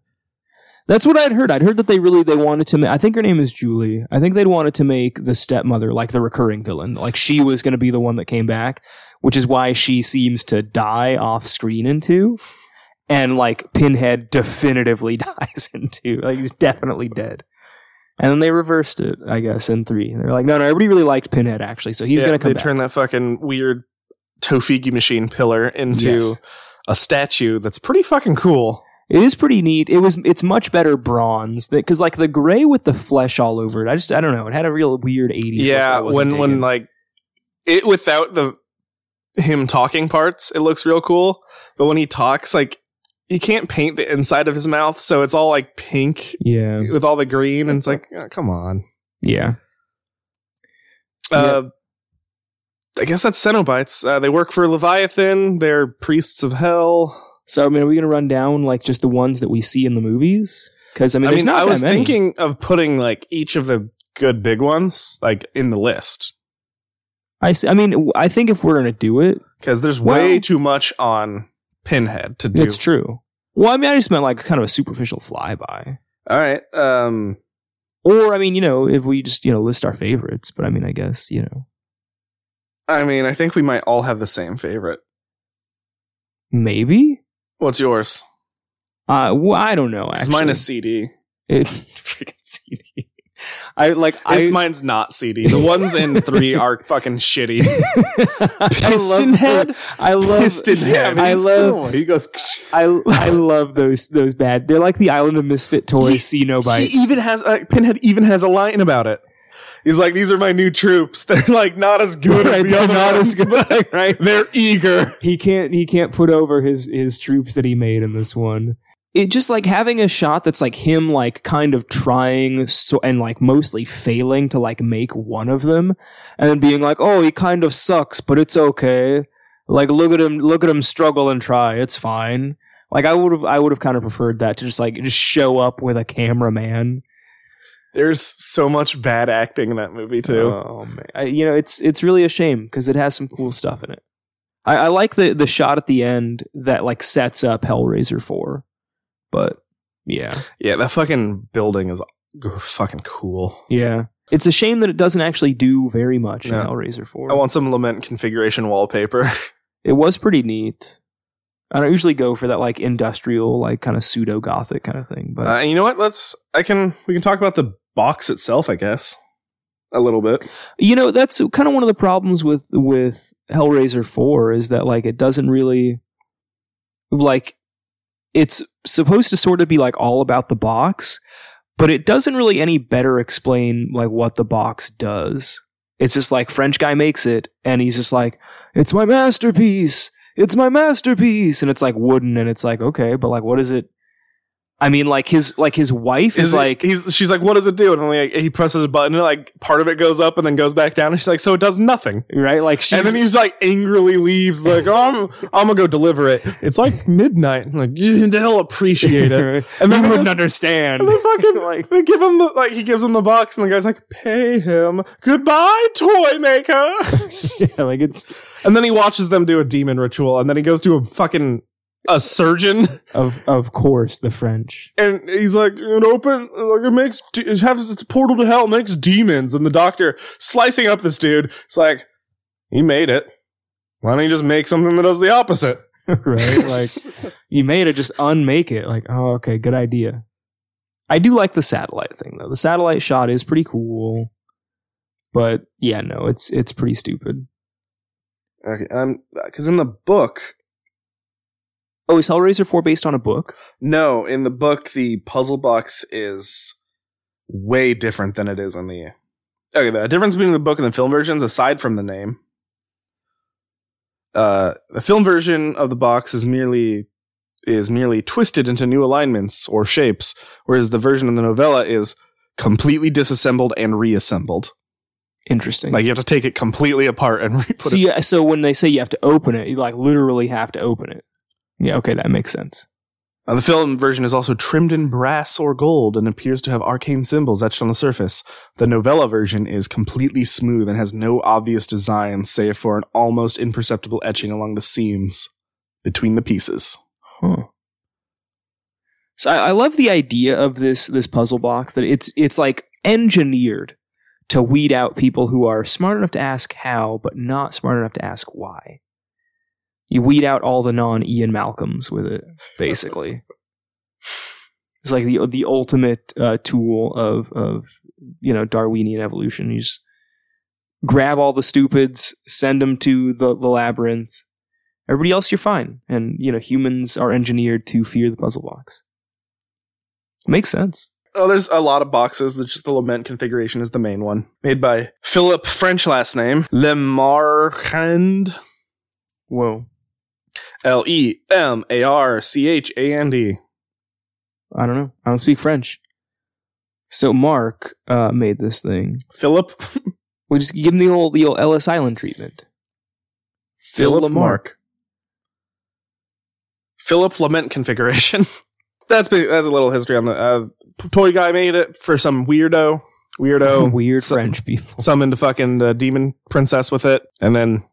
S3: that's what i'd heard i'd heard that they really they wanted to make i think her name is julie i think they'd wanted to make the stepmother like the recurring villain like she was going to be the one that came back which is why she seems to die off screen in two and like pinhead definitively *laughs* dies in two like he's definitely dead and then they reversed it i guess in three they're like no no everybody really liked pinhead actually so he's
S1: Yeah,
S3: going to come
S1: They
S3: back
S1: turn that fucking weird Tofigi machine pillar into
S3: Yes.
S1: a statue that's pretty fucking cool.
S3: It is pretty neat. It was. It's much better bronze because like the gray with the flesh all over it. I just I don't know. It had a real weird eighties.
S1: yeah, when when like it without the him talking parts, it looks real cool. But when he talks, like you can't paint the inside of his mouth, so it's all like pink
S3: yeah
S1: with all the green, and it's like, oh, come on.
S3: yeah
S1: Uh, I guess that's Cenobites. Uh, they work for Leviathan. They're priests of hell.
S3: so I mean are we gonna run down like just the ones that we see in the movies because I
S1: I
S3: mean
S1: mean, I,
S3: there's not that
S1: was
S3: many.
S1: thinking of putting like each of the good big ones like in the list
S3: I s- I mean w- I think if we're gonna do it
S1: because there's
S3: Well-
S1: way too much on Pinhead to do.
S3: it's true. Well I mean I just meant like kind of a superficial flyby
S1: All right. Um,
S3: or I mean you know if we just you know list our favorites but I mean I guess you know
S1: I mean, I think we might all have the same favorite.
S3: maybe
S1: What's yours?
S3: uh well, I don't know
S1: 'Cause
S3: actually
S1: mine is CD.
S3: It, *laughs* freaking CD. I like
S1: I,
S3: I.
S1: mine's not CD.
S3: *laughs*
S1: The ones in three are fucking shitty.
S3: Piston
S1: Pistonhead?
S3: I love. *laughs*
S1: Pistonhead.
S3: I love.
S2: He goes.
S3: I I love those those bad. They're like the Island of Misfit Toys.
S1: He-
S3: see no bites.
S1: He even has uh, Pinhead even has a line about it. He's like, "These are my new troops. *laughs* They're like not as good
S3: Right,
S1: as the
S3: they're
S1: other
S3: not
S1: ones,
S3: as
S1: but
S3: *laughs* right.
S1: they're eager."
S3: he can't he can't put over his his troops that he made in this one it just like having a shot that's like him like kind of trying so and like mostly failing to like make one of them and then being like oh he kind of sucks but it's okay like look at him look at him struggle and try it's fine like i would have i would have kind of preferred that to just like just show up with a cameraman
S1: There's so much bad acting in that movie too.
S3: Oh man, I, you know it's it's really a shame because it has some cool stuff in it. I, I like the the shot at the end that like sets up Hellraiser four, but yeah,
S1: yeah, that fucking building is g- fucking cool.
S3: yeah, it's a shame that it doesn't actually do very much
S1: No.
S3: in Hellraiser four.
S1: I want some lament configuration *laughs* wallpaper.
S3: it was pretty neat. I don't usually go for that like industrial like kind of pseudo gothic kind of thing, but
S1: Uh, and you know what? Let's. I can. We can talk about the box itself. I guess a little bit.
S3: you know that's kind of one of the problems with with Hellraiser 4 is that like it doesn't really like it's supposed to sort of be like all about the box but it doesn't really any better explain like what the box does it's just like french guy makes it and he's just like it's my masterpiece it's my masterpiece and it's like wooden and it's like okay but like what is it i mean like his like his wife is,
S1: it-
S3: like
S1: he's. She's like, "What does it do?" And like, he presses a button, and like part of it goes up and then goes back down. And she's like, "So it does nothing."
S3: right like she's
S1: and
S3: *laughs*
S1: then he's like angrily leaves, like, oh, I'm, I'm gonna go deliver it. It's like midnight. I'm like, *laughs* "Yeah, they'll appreciate *laughs* it. And then they
S3: you wouldn't
S1: just-
S3: understand.
S1: And they fucking *laughs* like
S3: Like-
S1: they give him the like he gives him the box and the guy's like, pay him. Goodbye, toy maker. *laughs*
S3: *laughs* yeah, like it's
S1: and then he watches them do a demon ritual and then he goes to a fucking a surgeon,
S3: Of of course, the French.
S1: *laughs*
S3: *laughs*
S1: and he's like, "It open, like it makes, de- it has its portal to hell, makes demons." And the doctor slicing up this dude, it's like, he made it. Why don't you just make something that does the opposite?
S3: right? Like
S1: *laughs*
S3: you made it, just unmake it. Like, oh, okay, good idea. I do like the satellite thing though. The satellite shot is pretty cool, but yeah, no, it's it's pretty stupid.
S1: Okay, um, because in the book,
S3: Oh, is Hellraiser four based on a book?
S1: no, in the book, the puzzle box is way different than it is on the. Okay, the difference between the book and the film versions, aside from the name, uh, the film version of the box is merely is merely twisted into new alignments or shapes, whereas the version in the novella is completely disassembled and reassembled.
S3: Interesting.
S1: Like you have to take it completely apart and *laughs* re- put
S3: so,
S1: it.
S3: yeah, so when they say you have to open it, you like literally have to open it. Yeah, okay, that makes sense.
S1: Uh, the film version is also trimmed in brass or gold and appears to have arcane symbols etched on the surface. The novella version is completely smooth and has no obvious design save for an almost imperceptible etching along the seams between the pieces.
S3: Huh. So I, I love the idea of this this puzzle box that it's it's like engineered to weed out people who are smart enough to ask how, but not smart enough to ask why. You weed out all the non Ian Malcolms with it, basically. it's like the the ultimate uh, tool of of you know Darwinian evolution. You just grab all the stupids, send them to the, the labyrinth, Everybody else, you're fine. And, you know, humans are engineered to fear the puzzle box. Makes sense.
S1: Oh, there's a lot of boxes. That's just the lament configuration is the main one. Made by Philip French last name. Lemarchand.
S3: Whoa.
S1: L E M A R C H A N D.
S3: I don't know. I don't speak French. So Mark uh, made this thing.
S1: Philip
S3: We just give him the old, the old Ellis Island treatment.
S1: Philip
S3: Lamarck.
S1: Mark. Philip Lament configuration. *laughs* that's been, that's a little history on the uh, p- toy guy made it for some weirdo, weirdo
S3: *laughs* Weird
S1: so-
S3: French people.
S1: summoned a fucking uh, demon princess with it, and then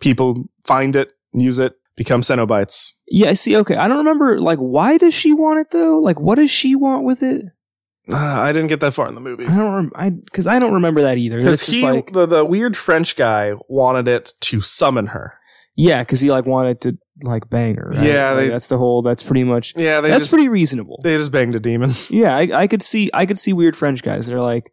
S1: people find it, use it, become Cenobites.
S3: Yeah, I see. Okay. I don't remember, like, why does she want it, though? Like, what does she want with it?
S1: Uh, I didn't get that far in the movie.
S3: I don't rem- I Because I don't remember that either.
S1: Because
S3: It's just
S1: he,
S3: like,
S1: the, the weird French guy, wanted it to summon her.
S3: yeah, because he, like, wanted to, like, bang her. right?
S1: Yeah,
S3: Like,
S1: they-
S3: that's the whole, that's pretty much
S1: Yeah, they
S3: that's
S1: just
S3: pretty reasonable.
S1: they just banged a demon.
S3: yeah, I, I could see I could see weird French guys that are like,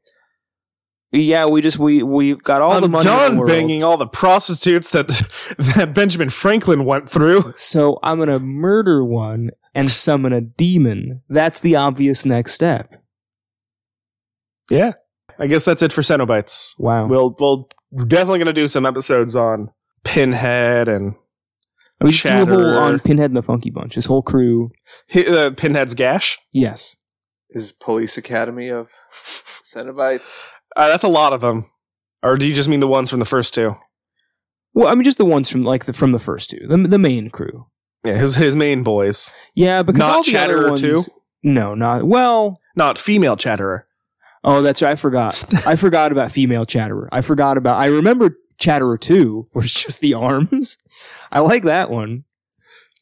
S3: yeah, we just we we've got all
S1: I'm
S3: the money
S1: done
S3: in the world,
S1: banging all the prostitutes that *laughs* that Benjamin Franklin went through.
S3: so I'm gonna murder one and summon a demon. That's the obvious next step.
S1: Yeah, I guess that's it for Cenobites.
S3: Wow,
S1: We'll we'll we're definitely gonna do some episodes on Pinhead and
S3: we should do a whole
S1: Chatterer.
S3: on Pinhead and the Funky Bunch. His whole crew.
S1: hi- uh, Pinhead's gash.
S3: Yes,
S2: Is Police Academy of Cenobites?
S1: Uh, that's a lot of them. Or do you just mean the ones from the first two?
S3: well, I mean just the ones from like the from the first two, the the main crew.
S1: Yeah, his his main boys,
S3: Yeah, because
S1: Not
S3: all the other
S1: Chatterer
S3: ones.
S1: too?
S3: No, not well.
S1: not female Chatterer. *laughs*
S3: Oh, that's right. I forgot. I forgot about female Chatterer. I forgot about. I remember Chatterer Two, where it's just the arms. I like that one.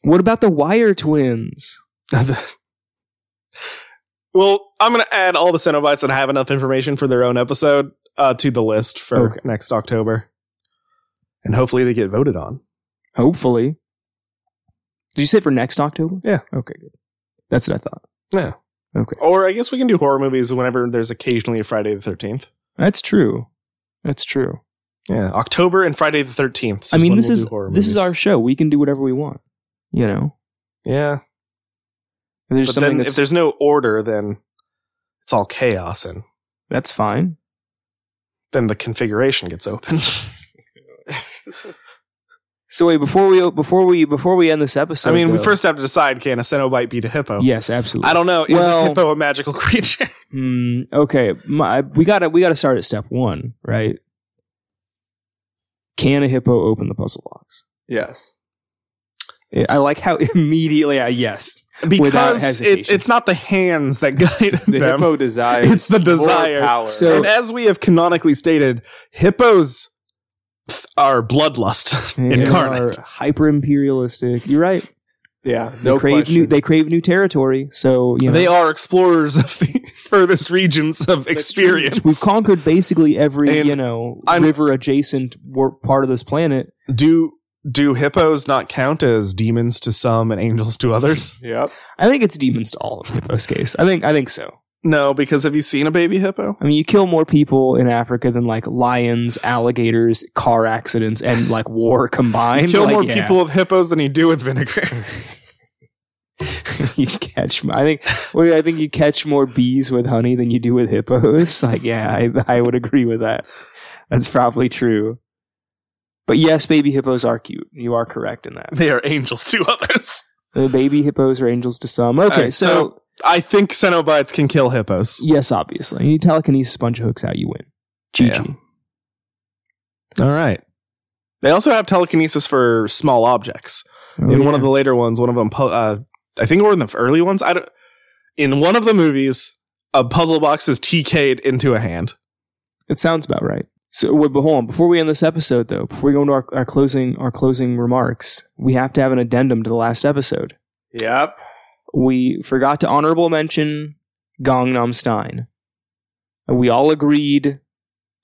S3: What about the Wire Twins?
S1: well, I'm gonna add all the Cenobites that have enough information for their own episode uh, to the list for
S3: Okay.
S1: next October, and hopefully they get voted on.
S3: Hopefully. Did you say for next October?
S1: Yeah.
S3: Okay. Good. That's what I thought.
S1: Yeah.
S3: Okay.
S1: Or I guess we can do horror movies whenever there's occasionally a Friday the Thirteenth.
S3: That's true. That's true.
S1: Yeah, October and Friday the Thirteenth.
S3: I mean, this is this is our show. We can do whatever we want. You know,
S1: yeah.
S3: if there's
S1: But
S3: something
S1: then if
S3: that's
S1: there's no order, then it's all chaos, and
S3: that's fine.
S1: then the configuration gets opened. *laughs*
S3: So wait, before we before we before we end this episode,
S1: I mean, we
S3: though-
S1: first have to decide: can a Cenobite beat a hippo?
S3: yes, absolutely.
S1: I don't know. Is
S3: Well-
S1: a hippo a magical creature?
S3: Mm, okay, my, we gotta we gotta start at step one, right? Can a hippo open the puzzle box?
S2: Yes.
S3: I- I like how *laughs* immediately I yes. *laughs* Without
S1: Because it,
S3: hesitation.
S1: it's not the hands that
S3: *laughs*
S1: guide
S2: The
S1: them.
S2: hippo
S1: *laughs*
S2: desires.
S1: It's the
S2: more
S1: desire.
S2: Power.
S3: So-
S1: and as we have canonically stated, hippos th- our bloodlust *laughs*
S3: They
S1: incarnate.
S3: are hyper imperialistic. You're right.
S2: Yeah,
S3: They
S2: no
S3: crave
S2: question.
S3: new. They crave new territory. So you know,
S1: They are explorers of the *laughs* furthest regions of experience.
S3: We've conquered basically every
S1: And
S3: you know
S1: I'm-
S3: river adjacent war- part of this planet.
S1: do do hippos not count as demons to some and angels to others?
S2: yep.
S3: I think it's demons to all of Hippo's case. I think I think so.
S4: No, because have you seen a baby hippo?
S3: I mean, you kill more people in Africa than like lions, alligators, car accidents, and
S1: *laughs*
S3: like war combined.
S1: Kill
S3: Like,
S1: more
S3: yeah.
S1: people with hippos than you do with vinegar.
S3: *laughs*
S1: *laughs*
S3: you catch. I think. Well, I think you catch more bees with honey than you do with hippos. *laughs* Like, yeah, I, I would agree with that. That's probably true. But yes, baby hippos are cute. You are correct in that.
S1: they are angels to others.
S3: The baby hippos are angels to some. Okay,
S1: right,
S3: so,
S1: I think Cenobites can kill hippos.
S3: yes, obviously, you telekinesis sponge hooks out. You win. GG.
S1: All right. They also have telekinesis for small objects.
S3: Oh,
S1: in
S3: yeah.
S1: one of the later ones, one of them, pu- uh, I think, or in the early ones, I don't. In one of the movies, a puzzle box is TK'd into a hand.
S3: It sounds about right. So wait, but hold on. Before we end this episode, though, before we go into our, our closing our closing remarks, we have to have an addendum to the last episode.
S2: Yep.
S3: We forgot to honorable mention Gangnam Stein. And we all agreed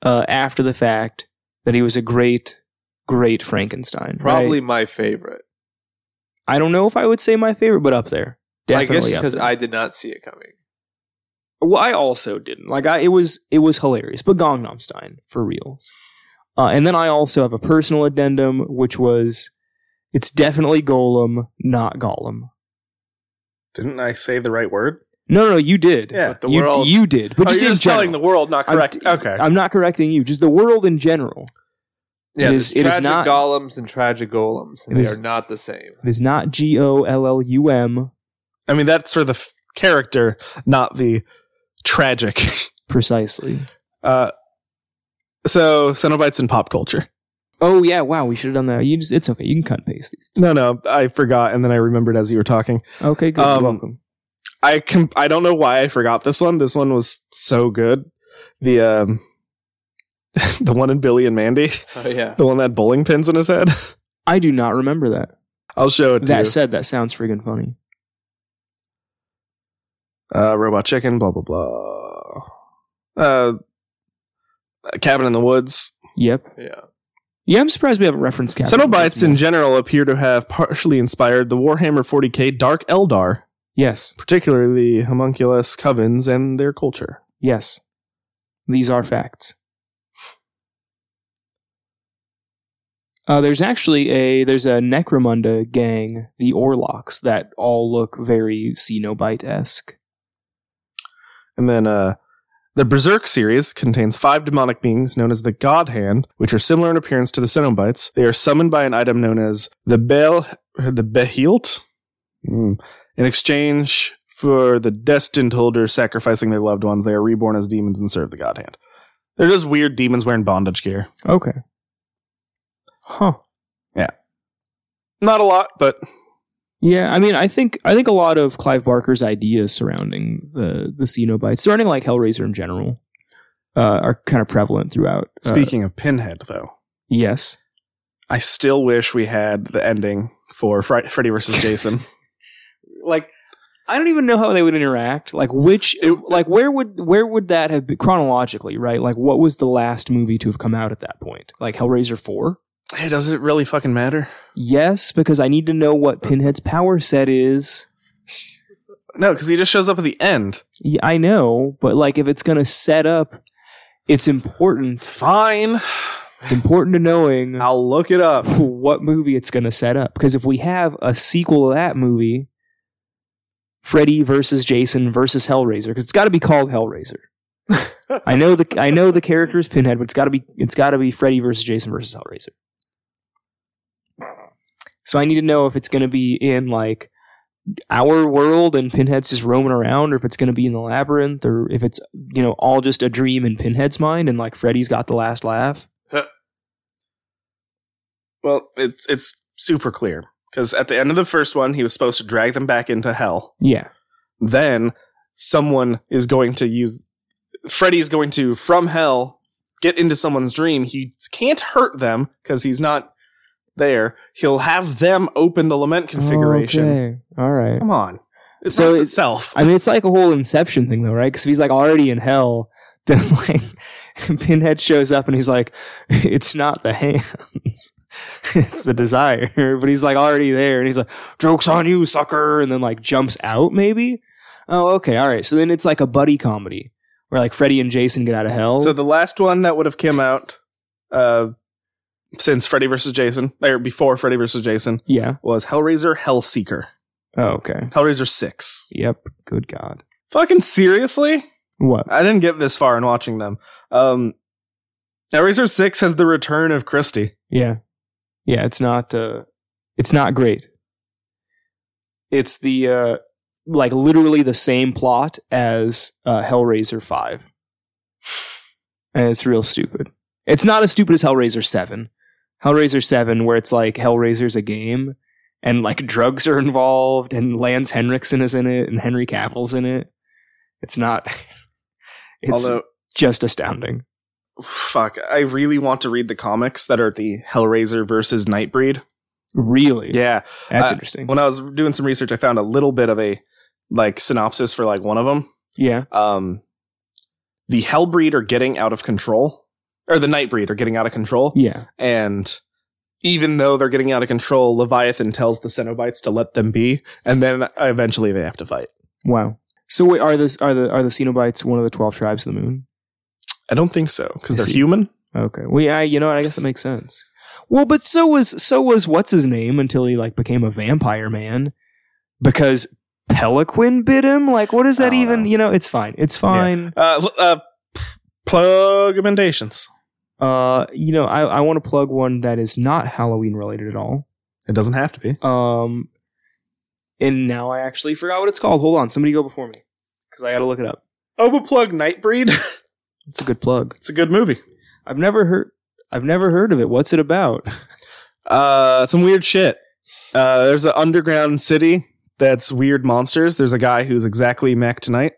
S3: uh, after the fact that he was a great, great Frankenstein. right?
S2: Probably my favorite.
S3: I don't know if I would say my favorite, but up there.
S2: I
S3: Definitely
S2: guess
S3: up
S2: because
S3: there.
S2: I did not see it coming.
S3: Well, I also didn't. Like I it was it was hilarious, but Gangnam Stein for reals. Uh, and then I also have a personal addendum, which was it's definitely Golem, not Gollum.
S4: Didn't I say the right word?
S3: No, no, no, you did.
S4: Yeah.
S2: But the
S3: you,
S2: world.
S3: you did,
S1: Oh,
S3: but just
S1: you're
S3: in
S1: just
S3: general.
S1: telling the world, not
S3: I'm
S1: correct.
S3: d-
S1: okay.
S3: I'm not correcting you, just the world in general.
S2: yeah,
S3: it
S2: there's
S3: is- it is
S2: tragic
S3: not-
S2: golems and tragic golems, and
S3: It
S2: they
S3: is-
S2: are not the same. *laughs*
S3: It is not G O L L U M
S1: I mean, that's for the f- character, not the tragic. *laughs*
S3: precisely.
S1: Uh, so, Cenobites in pop culture.
S3: Oh yeah, wow, we should have done that. You just it's okay. You can cut and paste these.
S1: No, no, I forgot, and then I remembered as you were talking.
S3: Okay, good.
S1: Um,
S3: You're welcome.
S1: I com- I don't know why I forgot this one. This one was so good. The um, *laughs* the one in Billy and Mandy, *laughs*
S2: Oh
S3: *laughs*
S2: yeah.
S1: the one that had bowling pins in his head. *laughs*
S3: I do not remember that.
S1: I'll show it to
S3: That
S1: you.
S3: said, that sounds friggin' funny.
S1: uh, robot chicken, blah blah blah. Uh, cabin in the woods.
S3: Yep.
S2: Yeah.
S3: Yeah, I'm surprised we haven't referenced Captain.
S1: Cenobites in
S3: Baltimore.
S1: general appear to have partially inspired the Warhammer 40k Dark Eldar,
S3: yes,
S1: particularly the homunculus covens and their culture.
S3: yes, these are facts. Uh, there's actually a there's a Necromunda gang, the Orlocks, that all look very Cenobite esque.
S1: And then uh, the Berserk series contains five demonic beings known as the God Hand, which are similar in appearance to the Cenobites. They are summoned by an item known as the Bel the Behilt Hmm. in exchange for the destined holder sacrificing their loved ones. They are reborn as demons and serve the God Hand. They're just weird demons wearing bondage gear.
S3: Okay. Huh.
S1: Not a lot, but
S3: Yeah, I mean, I think I think a lot of Clive Barker's ideas surrounding the the Cenobites, surrounding like Hellraiser in general, uh, are kind of prevalent throughout. Uh,
S1: speaking of Pinhead, though,
S3: yes.
S1: I still wish we had the ending for Fri- Freddy versus Jason.
S3: like I don't even know how they would interact. Like which like where would where would that have been chronologically, right? Like what was the last movie to have come out at that point? Like Hellraiser 4?
S1: Hey, does it really fucking matter?
S3: Yes, because I need to know what Pinhead's power set is.
S1: No, because he just shows up at the end.
S3: Yeah, I know, but like if it's going to set up it's important.
S1: Fine.
S3: It's important to knowing
S1: I'll look it up.
S3: what movie it's going to set up because if we have a sequel to that movie Freddy versus Jason versus Hellraiser because it's got to be called Hellraiser. I know the I know the character is Pinhead, but it's got to be it's got to be Freddy versus Jason versus Hellraiser. So I need to know if it's going to be in like our world and Pinhead's just roaming around, or if it's going to be in the labyrinth, or if it's you know all just a dream in Pinhead's mind, and like Freddy's got the last laugh.
S1: Well, it's it's super clear because at the end of the first one, he was supposed to drag them back into hell.
S3: Yeah,
S1: Then someone is going to use Freddy is going to from hell get into someone's dream, he can't hurt them because he's not there. He'll have them open the lament configuration.
S3: Okay. All right.
S1: Come on. It
S3: So
S1: so
S3: it-
S1: itself.
S3: I mean, it's like a whole Inception thing, though, right? Because if he's like already in hell, *laughs* then like Pinhead shows up and he's like, *laughs* "It's not the hands, *laughs* it's the desire." *laughs* But he's like already there, and he's like, "Jokes on you, sucker!" And then like jumps out, maybe. Oh, okay, all right. So then it's like a buddy comedy where like Freddy and Jason get out of hell.
S1: So the last one that would have come out uh, since Freddy vs. Jason, or before Freddy vs. Jason,
S3: yeah.
S1: was Hellraiser Hellseeker.
S3: Oh, okay.
S1: Hellraiser 6.
S3: Yep. Good God.
S1: Fucking seriously?
S3: What?
S1: I didn't get this far in watching them. Um, Hellraiser 6 has the return of Christie.
S3: Yeah. Yeah, it's not uh it's not great. It's the uh like literally the same plot as uh Hellraiser 5. And it's real stupid. It's not as stupid as Hellraiser 7. Hellraiser 7 where it's like Hellraiser's a game and like drugs are involved and Lance Henriksen is in it and Henry Cavill's in it. It's not *laughs* it's
S1: Although,
S3: just astounding.
S1: fuck, I really want to read the comics that are the Hellraiser versus Nightbreed.
S3: Really.
S1: Yeah.
S3: That's
S1: uh,
S3: interesting.
S1: When I was doing some research, I found a little bit of a like synopsis for like one of them.
S3: yeah.
S1: um, the Hellbreed are getting out of control, or the Nightbreed are getting out of control,
S3: Yeah.
S1: and even though they're getting out of control, Leviathan tells the Cenobites to let them be, and then eventually they have to fight.
S3: Wow. So wait, are this are the are the Cenobites one of the twelve tribes of the moon?
S1: I don't think so because
S3: I
S1: they're
S3: see.
S1: human.
S3: Okay. Well, yeah, you know what? I guess that makes sense. Well, but so was so was what's his name until he like became a vampire man because Peliquin bit him. Like, what is
S1: I
S3: that
S1: don't
S3: even?
S1: know.
S3: You know, it's fine. It's fine.
S1: Uh, l- uh, p- plugmentations.
S3: Uh, you know, I I want to plug one that is not Halloween related at all.
S1: It doesn't have to be.
S3: Um, and now I actually forgot what it's called. Hold on, somebody go before me because I got to look it up.
S1: Overplug Nightbreed. *laughs*
S3: It's a good plug.
S1: it's a good movie.
S3: I've never heard. I've never heard of it. What's it about?
S1: Uh, some weird shit. Uh, there's an underground city that's weird monsters. There's a guy who's exactly Mac tonight.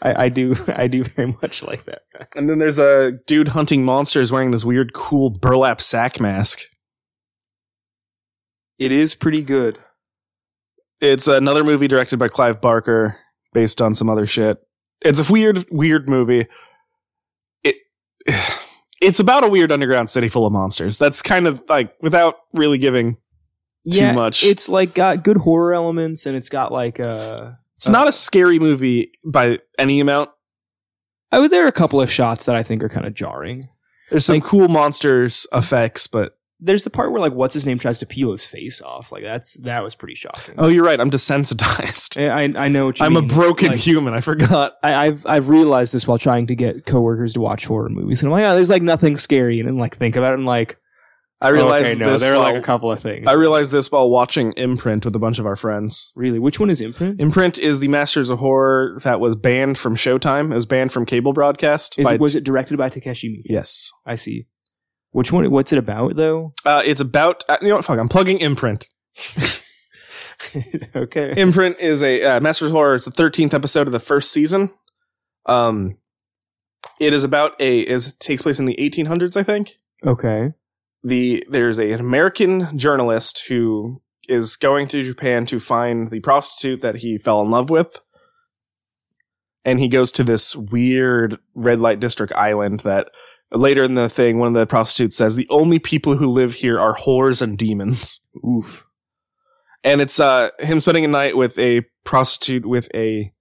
S3: I, I do *laughs* I do very much like that. guy.
S1: And then there's a dude hunting monsters wearing this weird, cool burlap sack mask.
S3: It is pretty good.
S1: It's another movie directed by Clive Barker, based on some other shit. It's a weird, weird movie. It, *sighs* it's about a weird underground city full of monsters. That's kind of like without really giving. Too
S3: yeah,
S1: much.
S3: It's like got good horror elements and it's got like uh
S1: It's not a scary movie by any amount.
S3: oh there are a couple of shots that I think are kind of jarring.
S1: There's some cool monsters effects, but
S3: There's the part where like what's his name tries to peel his face off. Like that's that was pretty shocking.
S1: oh, you're right. I'm desensitized.
S3: I I I know what you
S1: I'm a
S3: mean.
S1: broken
S3: Like,
S1: human. I forgot.
S3: I, I've I've realized this while trying to get coworkers to watch horror movies, and I'm like, oh, there's like nothing scary, and then like think about it, and like
S1: I realized
S3: okay, no,
S1: this.
S3: there are like
S1: while-
S3: a couple of things.
S1: I realized this while watching Imprint with a bunch of our friends.
S3: really, which one is imprint?
S1: Imprint is the Masters of Horror that was banned from Showtime. It was banned from cable broadcast.
S3: Is
S1: by-
S3: it, was it directed by Takeshi Miike?
S1: yes.
S3: I see. Which one? What's it about though?
S1: Uh, it's about. Uh, you know what? Fuck. I'm plugging Imprint.
S3: *laughs* okay.
S1: Imprint is a uh, Masters of Horror. It's the 13th episode of the first season. Um, it is about a is takes place in the 1800s, I think.
S3: Okay.
S1: the there's a, an American journalist who is going to Japan to find the prostitute that he fell in love with. And he goes to this weird red light district island that later in the thing, one of the prostitutes says, the only people who live here are whores and demons.
S3: Oof.
S1: And it's uh, him spending a night with a prostitute with a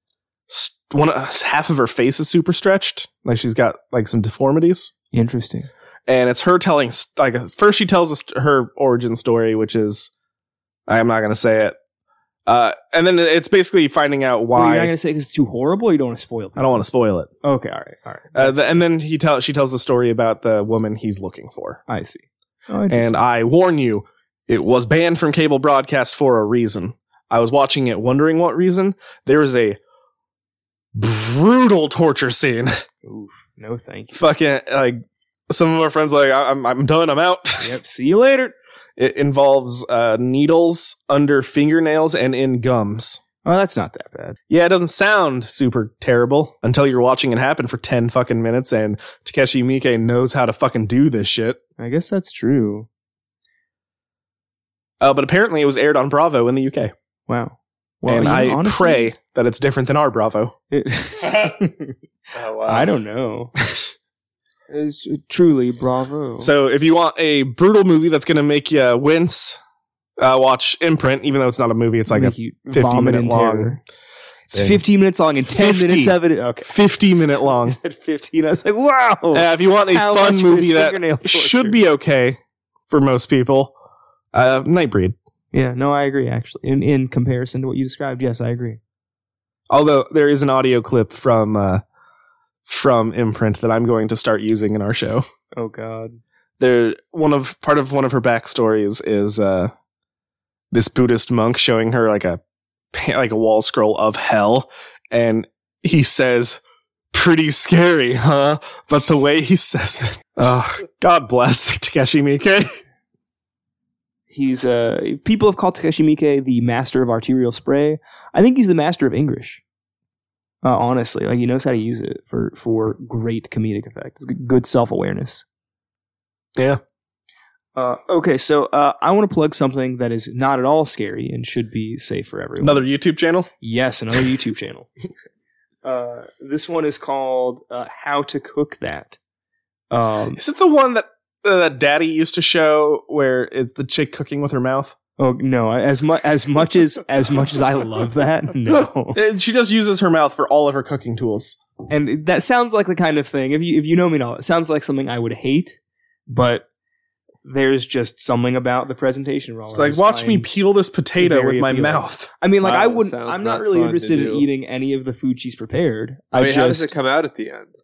S1: s- one of- half of her face is super stretched, like she's got like some deformities
S3: Interesting.
S1: and it's her telling s- like first she tells us her origin story which is i'm not going to say it uh, and then it's basically finding out
S3: Well,
S1: why
S3: you're not gonna say because it's too horrible. Or you don't want to spoil.
S1: i don't want to spoil it
S3: to. Okay. All right. All right.
S1: uh, th- and then he tell she tells the story about the woman he's looking for
S3: I see. Oh,
S1: and i warn you it was banned from cable broadcast for a reason i was watching it wondering what reason there is a brutal torture scene *laughs*
S3: Oof. No, thank you.
S1: fucking like some of our friends like I- i'm i'm done i'm out *laughs*
S3: yep. See you later.
S1: It involves uh, needles under fingernails and in gums.
S3: Oh, that's not that bad.
S1: Yeah, it doesn't sound super terrible until you're watching it happen for 10 fucking minutes and Takeshi Miike knows how to fucking do this shit.
S3: I guess that's true.
S1: Uh, but apparently it was aired on Bravo in the UK.
S3: Wow.
S1: and
S3: you
S1: I
S3: know, honestly,
S1: pray that it's different than our Bravo.
S3: *laughs* it-
S2: Oh, wow.
S3: I don't know. *laughs* It's uh, truly bravo.
S1: So if you want a brutal movie that's going to make you wince, uh, watch Imprint, even though it's not a movie, it's like a
S3: Make you
S1: 50
S3: vomit
S1: minute
S3: in
S1: long
S3: terror. It's
S1: thing.
S3: 15 minutes long and 10
S1: 50.
S3: minutes of it. Okay. *laughs*
S1: 50 minute long.
S3: I said 15. I was like, wow.
S1: Uh, if you want a
S3: How
S1: fun
S3: much is
S1: movie that
S3: fingernail
S1: *laughs*
S3: torture?
S1: should be okay for most people, uh, Nightbreed.
S3: Yeah, no, I agree, actually. In, in comparison to what you described, yes, I agree.
S1: Although there is an audio clip from uh, from Imprint that I'm going to start using in our show.
S3: Oh, God.
S1: There, one of part of one of her backstories is uh, this Buddhist monk showing her like a *laughs* like a wall scroll of hell, and he says, "Pretty scary, huh?" But the way he says it, *laughs* oh, God bless *laughs* Takeshi Miike.
S3: He's, uh, people have called Takeshi Miike the master of arterial spray. I think he's the master of English. Uh, honestly, like he knows how to use it for, for great comedic effect. It's good- good self awareness.
S1: Yeah.
S3: Uh, okay, so uh, I want to plug something that is not at all scary and should be safe for everyone.
S1: Another YouTube channel.
S3: Yes, another YouTube channel. Uh, this one is called uh, "How to Cook That." Um,
S1: Is it the one that uh, that Daddy used to show where it's the chick cooking with her mouth?
S3: oh no, as much as much as as much as I love that, no.
S1: And she just uses her mouth for all of her cooking tools.
S3: And that sounds like the kind of thing. If you if you know me at all, it sounds like something I would hate. But there's just something about the presentation role.
S1: It's like, watch me peel this potato
S3: Oh, very
S1: with my
S3: appealing.
S1: mouth.
S3: I mean, like
S2: Wow,
S3: I
S2: that
S3: wouldn't.
S2: sounds
S3: I'm not
S2: not
S3: really
S2: fun to
S3: interested in
S2: do.
S3: eating any of the food she's prepared. I
S2: I mean, how does it
S3: just
S2: come out at the end?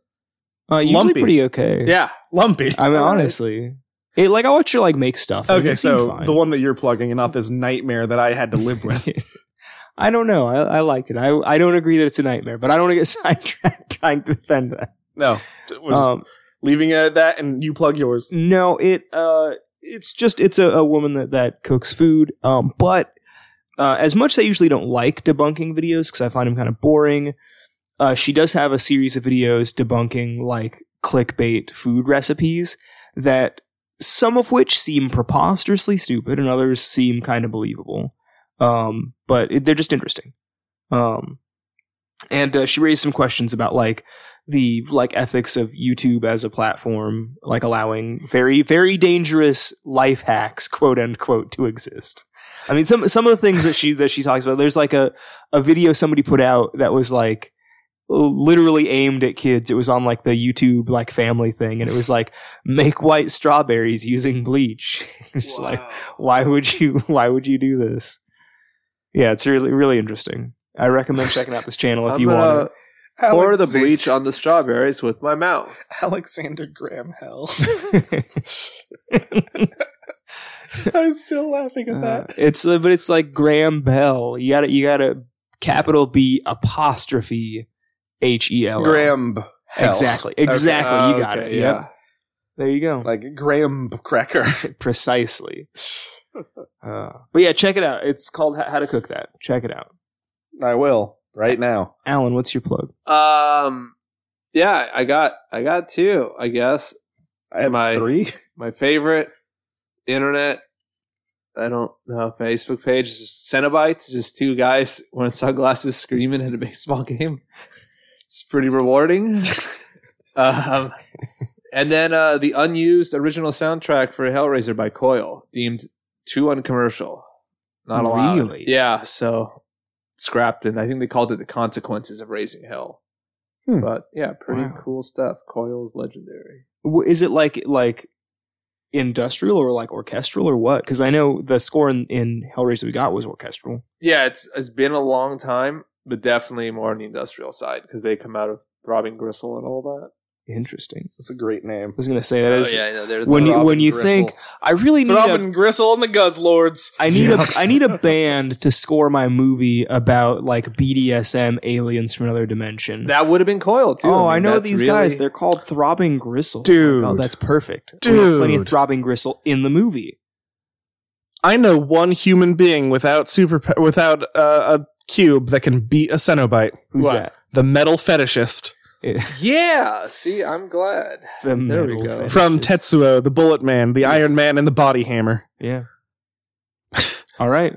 S3: uh, usually
S1: Lumpy.
S3: pretty okay.
S1: Yeah, lumpy.
S3: I mean,
S2: All right.
S3: *laughs* honestly, it like I watch her like make stuff. and
S1: Okay,
S3: it seemed
S1: so
S3: fine.
S1: the one that you're plugging and not this nightmare that I had to live
S3: *laughs*
S1: with.
S3: I don't know. I, I liked it. I I don't agree that it's a nightmare, but I don't want to get *laughs* sidetracked trying to defend that.
S1: no, we're just
S3: Um,
S1: leaving it at that and you plug yours.
S3: no, it uh, it's just it's a, a woman that that cooks food. Um, but uh, as much as I usually don't like debunking videos because I find them kind of boring, uh, she does have a series of videos debunking like clickbait food recipes that some of which seem preposterously stupid and others seem kind of believable. Um, but it, they're just interesting. Um, and uh, she raised some questions about like the like ethics of YouTube as a platform, like allowing very very dangerous life hacks, quote unquote, to exist. I mean, some some of the things that she that she talks about. There's like a a video somebody put out that was like literally aimed at kids. It was on like the YouTube like family thing, and it was like make white strawberries using bleach. *laughs* It's just like why would you *laughs* why would you do this? Yeah, it's really really interesting. I recommend checking out this channel if you want. it.
S2: pour the
S1: Alexander-
S2: bleach on the strawberries with my mouth.
S1: Alexander Graham Hell. *laughs* I'm still laughing at
S3: Uh,
S1: that.
S3: it's uh, but it's like Graham Bell. You gotta you gotta capital B apostrophe H E L. L.
S1: Graham Hell.
S3: Exactly. *laughs* Exactly.
S2: Oh,
S3: you got
S2: okay,
S3: it. Yep. There you go.
S1: Like Graham Cracker. *laughs*
S3: Precisely. Uh, but yeah, check it out. It's called How How to Cook That. Check it out.
S1: I will right now.
S3: Alan, what's your plug?
S2: Yeah. Um. Yeah, I got I got two. I guess
S1: I have
S2: My-
S1: three.
S2: my favorite internet. I don't know Facebook page is just Cenobites, just two guys wearing sunglasses screaming at a baseball game. It's pretty
S3: *laughs*
S2: rewarding. um, and then uh, the unused original soundtrack for Hellraiser by Coil, deemed too uncommercial, not allowed.
S3: Really?
S2: Yeah, so scrapped, and I think they called it the consequences of raising hell.
S3: Hmm.
S2: But yeah, pretty
S3: Wow.
S2: cool stuff. Coil is legendary.
S3: W- Is it like like industrial or like orchestral or what? Because I know the score in, in Hellraiser we got was orchestral.
S2: Yeah, it's it's been a long time, but definitely more on the industrial side because they come out of Throbbing Gristle and all that.
S3: Interesting. I
S1: That's a great name.
S3: was gonna say that is.
S2: Oh, yeah, no, there's
S3: when you- when you think- I really need a
S1: Throbbing Gristle and the Guzzlords.
S3: I need a I need *laughs* a band to score my movie about like BDSM aliens from another dimension.
S2: that would have been Coil too.
S3: oh, I,
S2: mean,
S3: know
S2: that's
S3: these
S2: really-
S3: guys. They're called Throbbing Gristle.
S1: Dude.
S3: oh, that's perfect. we have plenty of
S1: Dude.
S3: Throbbing Gristle in the movie.
S1: I know one human being without super without uh, a cube that can beat a Cenobite.
S3: Who's
S2: What?
S3: that? *laughs*
S1: The metal fetishist
S3: It-
S2: Yeah. See, I'm glad.
S3: the
S2: There we
S3: metal
S2: go.
S3: fetishist.
S1: from Tetsuo, the Bullet Man, the
S3: Yes.
S1: Iron Man, and the Body Hammer.
S3: *laughs* Yeah. All right.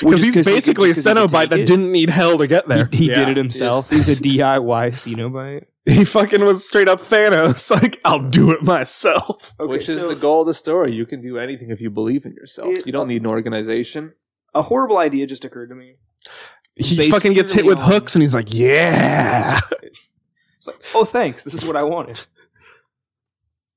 S1: Because he's basically a Cenobite that didn't need hell to get there.
S3: He, he
S2: Yeah,
S3: did it himself. *laughs* He's a DIY Cenobite.
S1: *laughs* He fucking was straight up Thanos. *laughs* Like, I'll do it myself.
S2: Which is the goal of the story. You can do anything if you believe in yourself.
S3: It-
S2: you don't need an organization.
S3: a horrible idea just occurred to me.
S1: He
S3: Based
S1: fucking gets hit
S3: purely
S1: with
S3: on-
S1: hooks and he's like, yeah.
S3: It's like, oh, thanks. This is what I wanted. *laughs*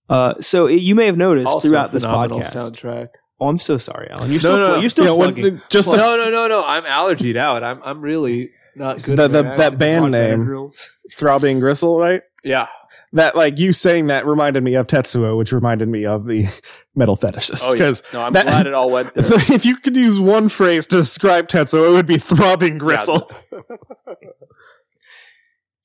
S3: Uh, so it, you may have noticed
S2: Also
S3: throughout this
S2: phenomenal
S3: podcast.
S2: soundtrack.
S3: Oh, I'm so sorry, Alan. You're still
S2: no,
S3: pl-
S2: no.
S3: you're still
S1: Yeah, when-
S3: plugging.
S1: just
S2: no,
S1: the-
S2: no, no, no. I'm allergied out. I'm I'm really not good.
S1: The-
S2: at
S1: the-
S2: reacting
S1: that
S2: to
S1: band
S2: hot
S1: name.
S2: materials.
S1: throbbing gristle, right?
S2: Yeah.
S1: That like you saying that reminded me of Tetsuo, which reminded me of the *laughs* metal fetishist.
S2: Oh, yeah.
S1: Because
S2: No, I'm
S1: That-
S2: glad it all
S3: *laughs*
S2: went there.
S1: if, *laughs* if you could use one phrase to describe Tetsuo, it would be throbbing gristle.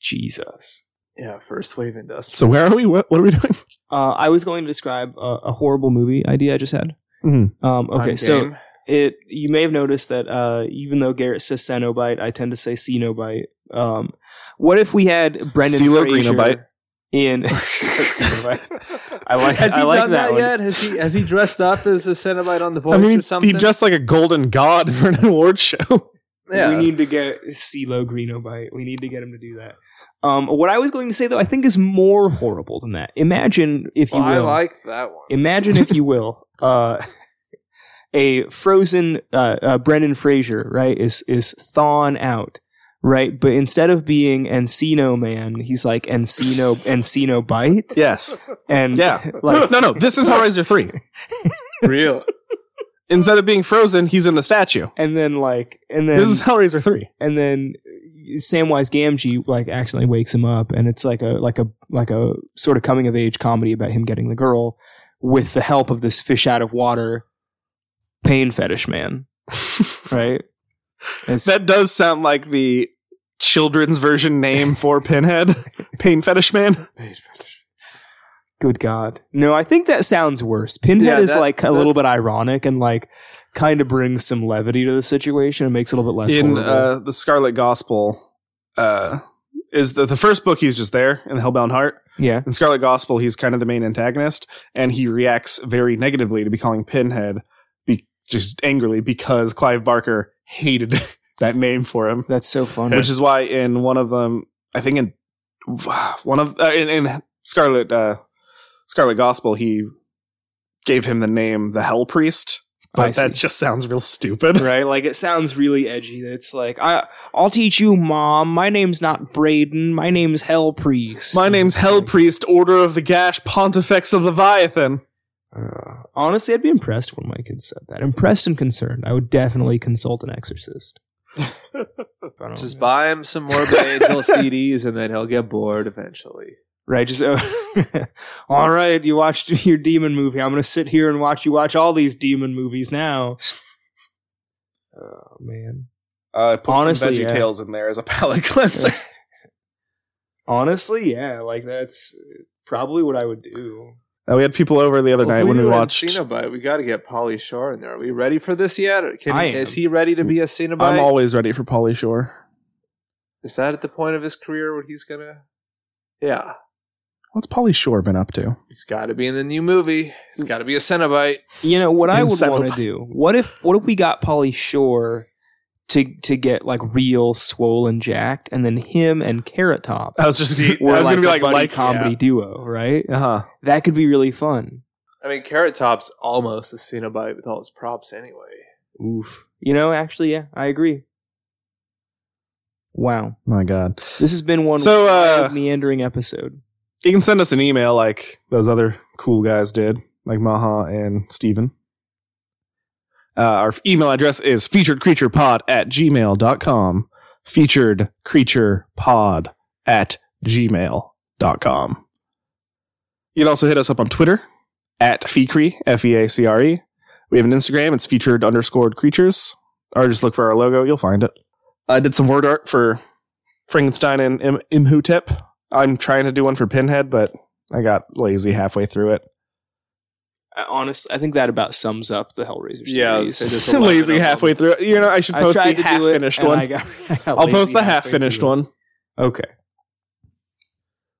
S3: Jesus.
S2: yeah. First wave industrial.
S1: so where are we? What, what are we *laughs* doing?
S3: Uh, I was going to describe a, a horrible movie idea I just had.
S1: Mhm.
S3: Um, okay,
S2: I'm *laughs*
S3: so
S2: game.
S3: it you may have noticed that uh, even though Garrett says Cenobite, I tend to say Cenobite. Um, what if we had Brendan
S1: CeeLo
S3: Fraser
S1: Greenobite.
S2: *laughs*
S3: in? *laughs* I like
S2: Has he
S3: I like
S2: done
S3: that,
S2: that,
S3: one.
S2: yet? Has he has he dressed up as a Cenobite on the voice
S1: I mean,
S2: or something?
S1: he dressed like a golden god *laughs* for an award *laughs* show.
S2: yeah.
S3: We need to get CeeLo Greenobite. We need to get him to do that. Um, what I was going to say though, I think is more horrible than that. Imagine if
S2: Well,
S3: you
S2: I
S3: will,
S2: like that one.
S3: imagine if you will, uh, a frozen uh, uh, Brendan Fraser, right, is is thawing out, right? But instead of being Encino Man, he's like Encino Encino Bite,
S1: Yes.
S3: and
S1: Yeah.
S3: like
S1: no, no. This *laughs* is Hellraiser three.
S2: *laughs* Real.
S1: Instead of being frozen, he's in the statue.
S3: and then like and then
S1: This is Hellraiser three.
S3: and then Samwise Gamgee like accidentally wakes him up, and it's like a like a like a sort of coming of age comedy about him getting the girl with the help of this fish out of water pain fetish man, right? It's-
S1: That does sound like the children's version name for Pinhead, *laughs* Pain Fetish Man.
S3: good God, no, I think that sounds worse. Pinhead
S2: Yeah,
S3: is
S2: that-
S3: like a little
S2: that's-
S3: bit ironic and like kind of brings some levity to the situation and makes it a little bit less.
S1: in
S3: horrible.
S1: uh, the Scarlet Gospel uh, is the the first book. He's just there in the Hellbound Heart.
S3: yeah,
S1: In Scarlet Gospel, he's kind of the main antagonist, and he reacts very negatively to be calling Pinhead be- just angrily because Clive Barker hated *laughs* that name for him,
S3: that's so funny.
S1: which is why in one of them, I think in *sighs* one of uh, in, in Scarlet uh, Scarlet Gospel, he gave him the name the Hell Priest.
S3: I
S1: But
S3: see.
S1: that just sounds real
S3: *laughs*
S1: stupid.
S3: right? Like it sounds really edgy. It's like I I'll teach you, mom. My name's not Braden. My name's Hell Priest.
S1: My
S3: And
S1: name's
S3: it's
S1: Hell
S3: like,
S1: Priest, Order of the Gash, Pontifex of Leviathan.
S3: uh, honestly, I'd be impressed when my kids said that. Impressed and concerned. I would definitely consult
S2: *laughs*
S3: an exorcist. I don't
S2: *laughs*
S3: know,
S2: Just
S3: that's-
S2: buy him some more
S1: *laughs*
S2: Angel CDs, and then he'll get bored eventually.
S3: right. Just oh, *laughs* all right. You watched *laughs* your demon movie. I'm gonna sit here and watch you watch all these demon
S2: *laughs*
S3: movies now. Oh man.
S1: Uh,
S3: some Honestly, yeah.
S1: Tails in there as a palate *laughs* cleanser.
S3: Honestly, yeah. Like that's probably what I would do.
S1: we had people over the other
S2: Well, if
S1: night when
S2: do
S1: we
S2: an
S1: watched.
S2: Cenobite, we got to get Polly Shore in there. Are we ready for this yet? Or Can,
S3: I am.
S2: Is he ready to be a Cenobite?
S1: I'm always ready for Polly Shore.
S2: is that at the point of his career where he's gonna? Yeah,
S1: What's Polly Shore been up to?
S2: he's got to be in the new movie. He's got to be a Cenobite.
S3: You know what I
S1: And
S3: would
S1: settle.
S3: want to do? What if what if we got Polly Shore to to get like real swollen jacked, and then him and Carrot Top
S1: I was
S3: *laughs*
S1: just.
S2: See,
S1: Uh, I was gonna be
S3: a
S1: like,
S3: buddy
S1: like
S3: comedy duo, right?
S1: Uh huh.
S3: That could be really fun.
S2: I mean, Carrot Top's almost a Cenobite with all his props anyway.
S3: Oof. You know, actually, yeah, I agree. Wow,
S1: My God.
S3: this has been one
S1: So, uh,
S3: wild meandering episode.
S1: You can send us an email like those other cool guys did, like Maha and Steven. Uh, our email address is featuredcreaturepod at gmail.com. Featuredcreaturepod at gmail.com. You can also hit us up on Twitter at FEACRE, F E A C R E. We have an Instagram, it's featured underscored creatures, or just look for our logo, you'll find it. I did some word art for Frankenstein and Im- Imhotep I'm trying to do one for Pinhead, but I got lazy halfway through it.
S3: I honestly, I think that about sums up the Hellraiser series.
S2: Yeah, so
S1: *laughs*
S2: there's a lot
S1: lazy
S2: of them.
S1: halfway through. You know, I should
S3: I
S1: post
S3: tried
S1: the
S3: to do it,
S1: half finished
S3: and
S1: one.
S3: I got- *laughs* I got
S1: I'll
S3: lazy
S1: post the
S3: halfway
S1: half finished
S3: through.
S1: one.
S3: Okay.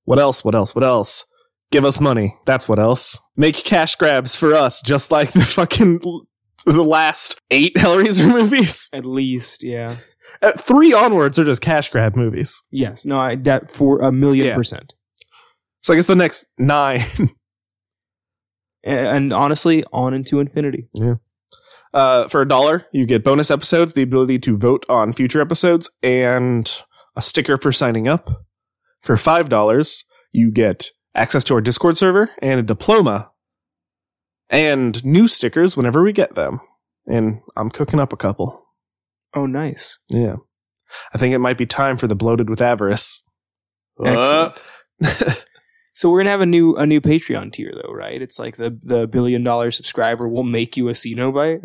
S1: What else? What else? What else? Give us money. That's what else. Make cash grabs for us, just like the fucking the last eight *laughs* Hellraiser movies.
S3: At least, yeah.
S1: Uh, three onwards are just cash grab movies.
S3: Yes. No, I that for a million
S1: Yeah.
S3: percent.
S1: So I guess the next nine.
S3: A- And honestly, on into infinity.
S1: Uh, for a dollar, you get bonus episodes, the ability to vote on future episodes, and a sticker for signing up. For five dollars, you get access to our Discord server and a diploma, and new stickers whenever we get them. And I'm cooking up a couple.
S3: Oh, nice.
S1: Yeah, I think it might be time for the bloated with avarice. Uh.
S3: Excellent.
S1: *laughs*
S3: So we're gonna have a new a new Patreon tier though, right? It's like the the billion dollar subscriber will make you a Cenobite.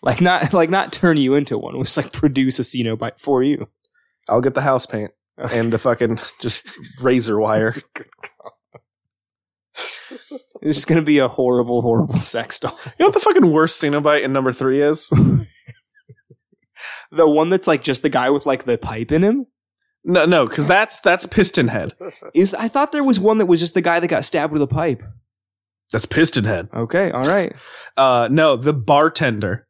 S3: *laughs* like not like not turn you into one, we'll just like produce a Cenobite for you.
S1: I'll get the house paint and the fucking *laughs* just razor wire.
S3: It's just gonna be a horrible, horrible *laughs* sex doll.
S1: You know what the fucking worst Cenobite in number three is?
S3: The one that's like just the guy with like the pipe in him
S1: No, no, because that's that's piston head.
S3: is. I thought there was one that was just the guy that got stabbed with a pipe.
S1: That's piston head.
S3: Okay, all right.
S1: Uh, no, the bartender.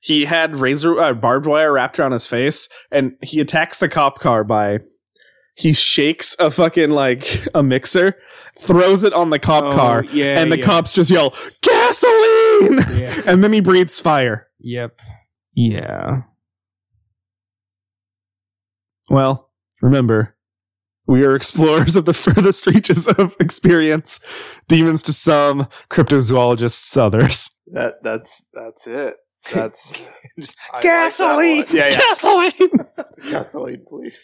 S1: He had razor uh, barbed wire wrapped around his face, and he attacks the cop car by he shakes a fucking like *laughs* a mixer, throws it on the cop
S3: Oh,
S1: car,
S3: yeah,
S1: and the
S3: yeah.
S1: cops just yell gasoline, *laughs*
S3: Yeah.
S1: and then he breathes fire.
S3: Yep. Yeah.
S1: Well, remember, we are explorers of the *laughs* furthest reaches of experience, demons to some, cryptozoologists to others.
S2: That that's that's it. That's
S3: *laughs* Just
S2: I like that one. yeah,
S1: Gasoline. *laughs*
S2: yeah. *laughs* Gasoline, please.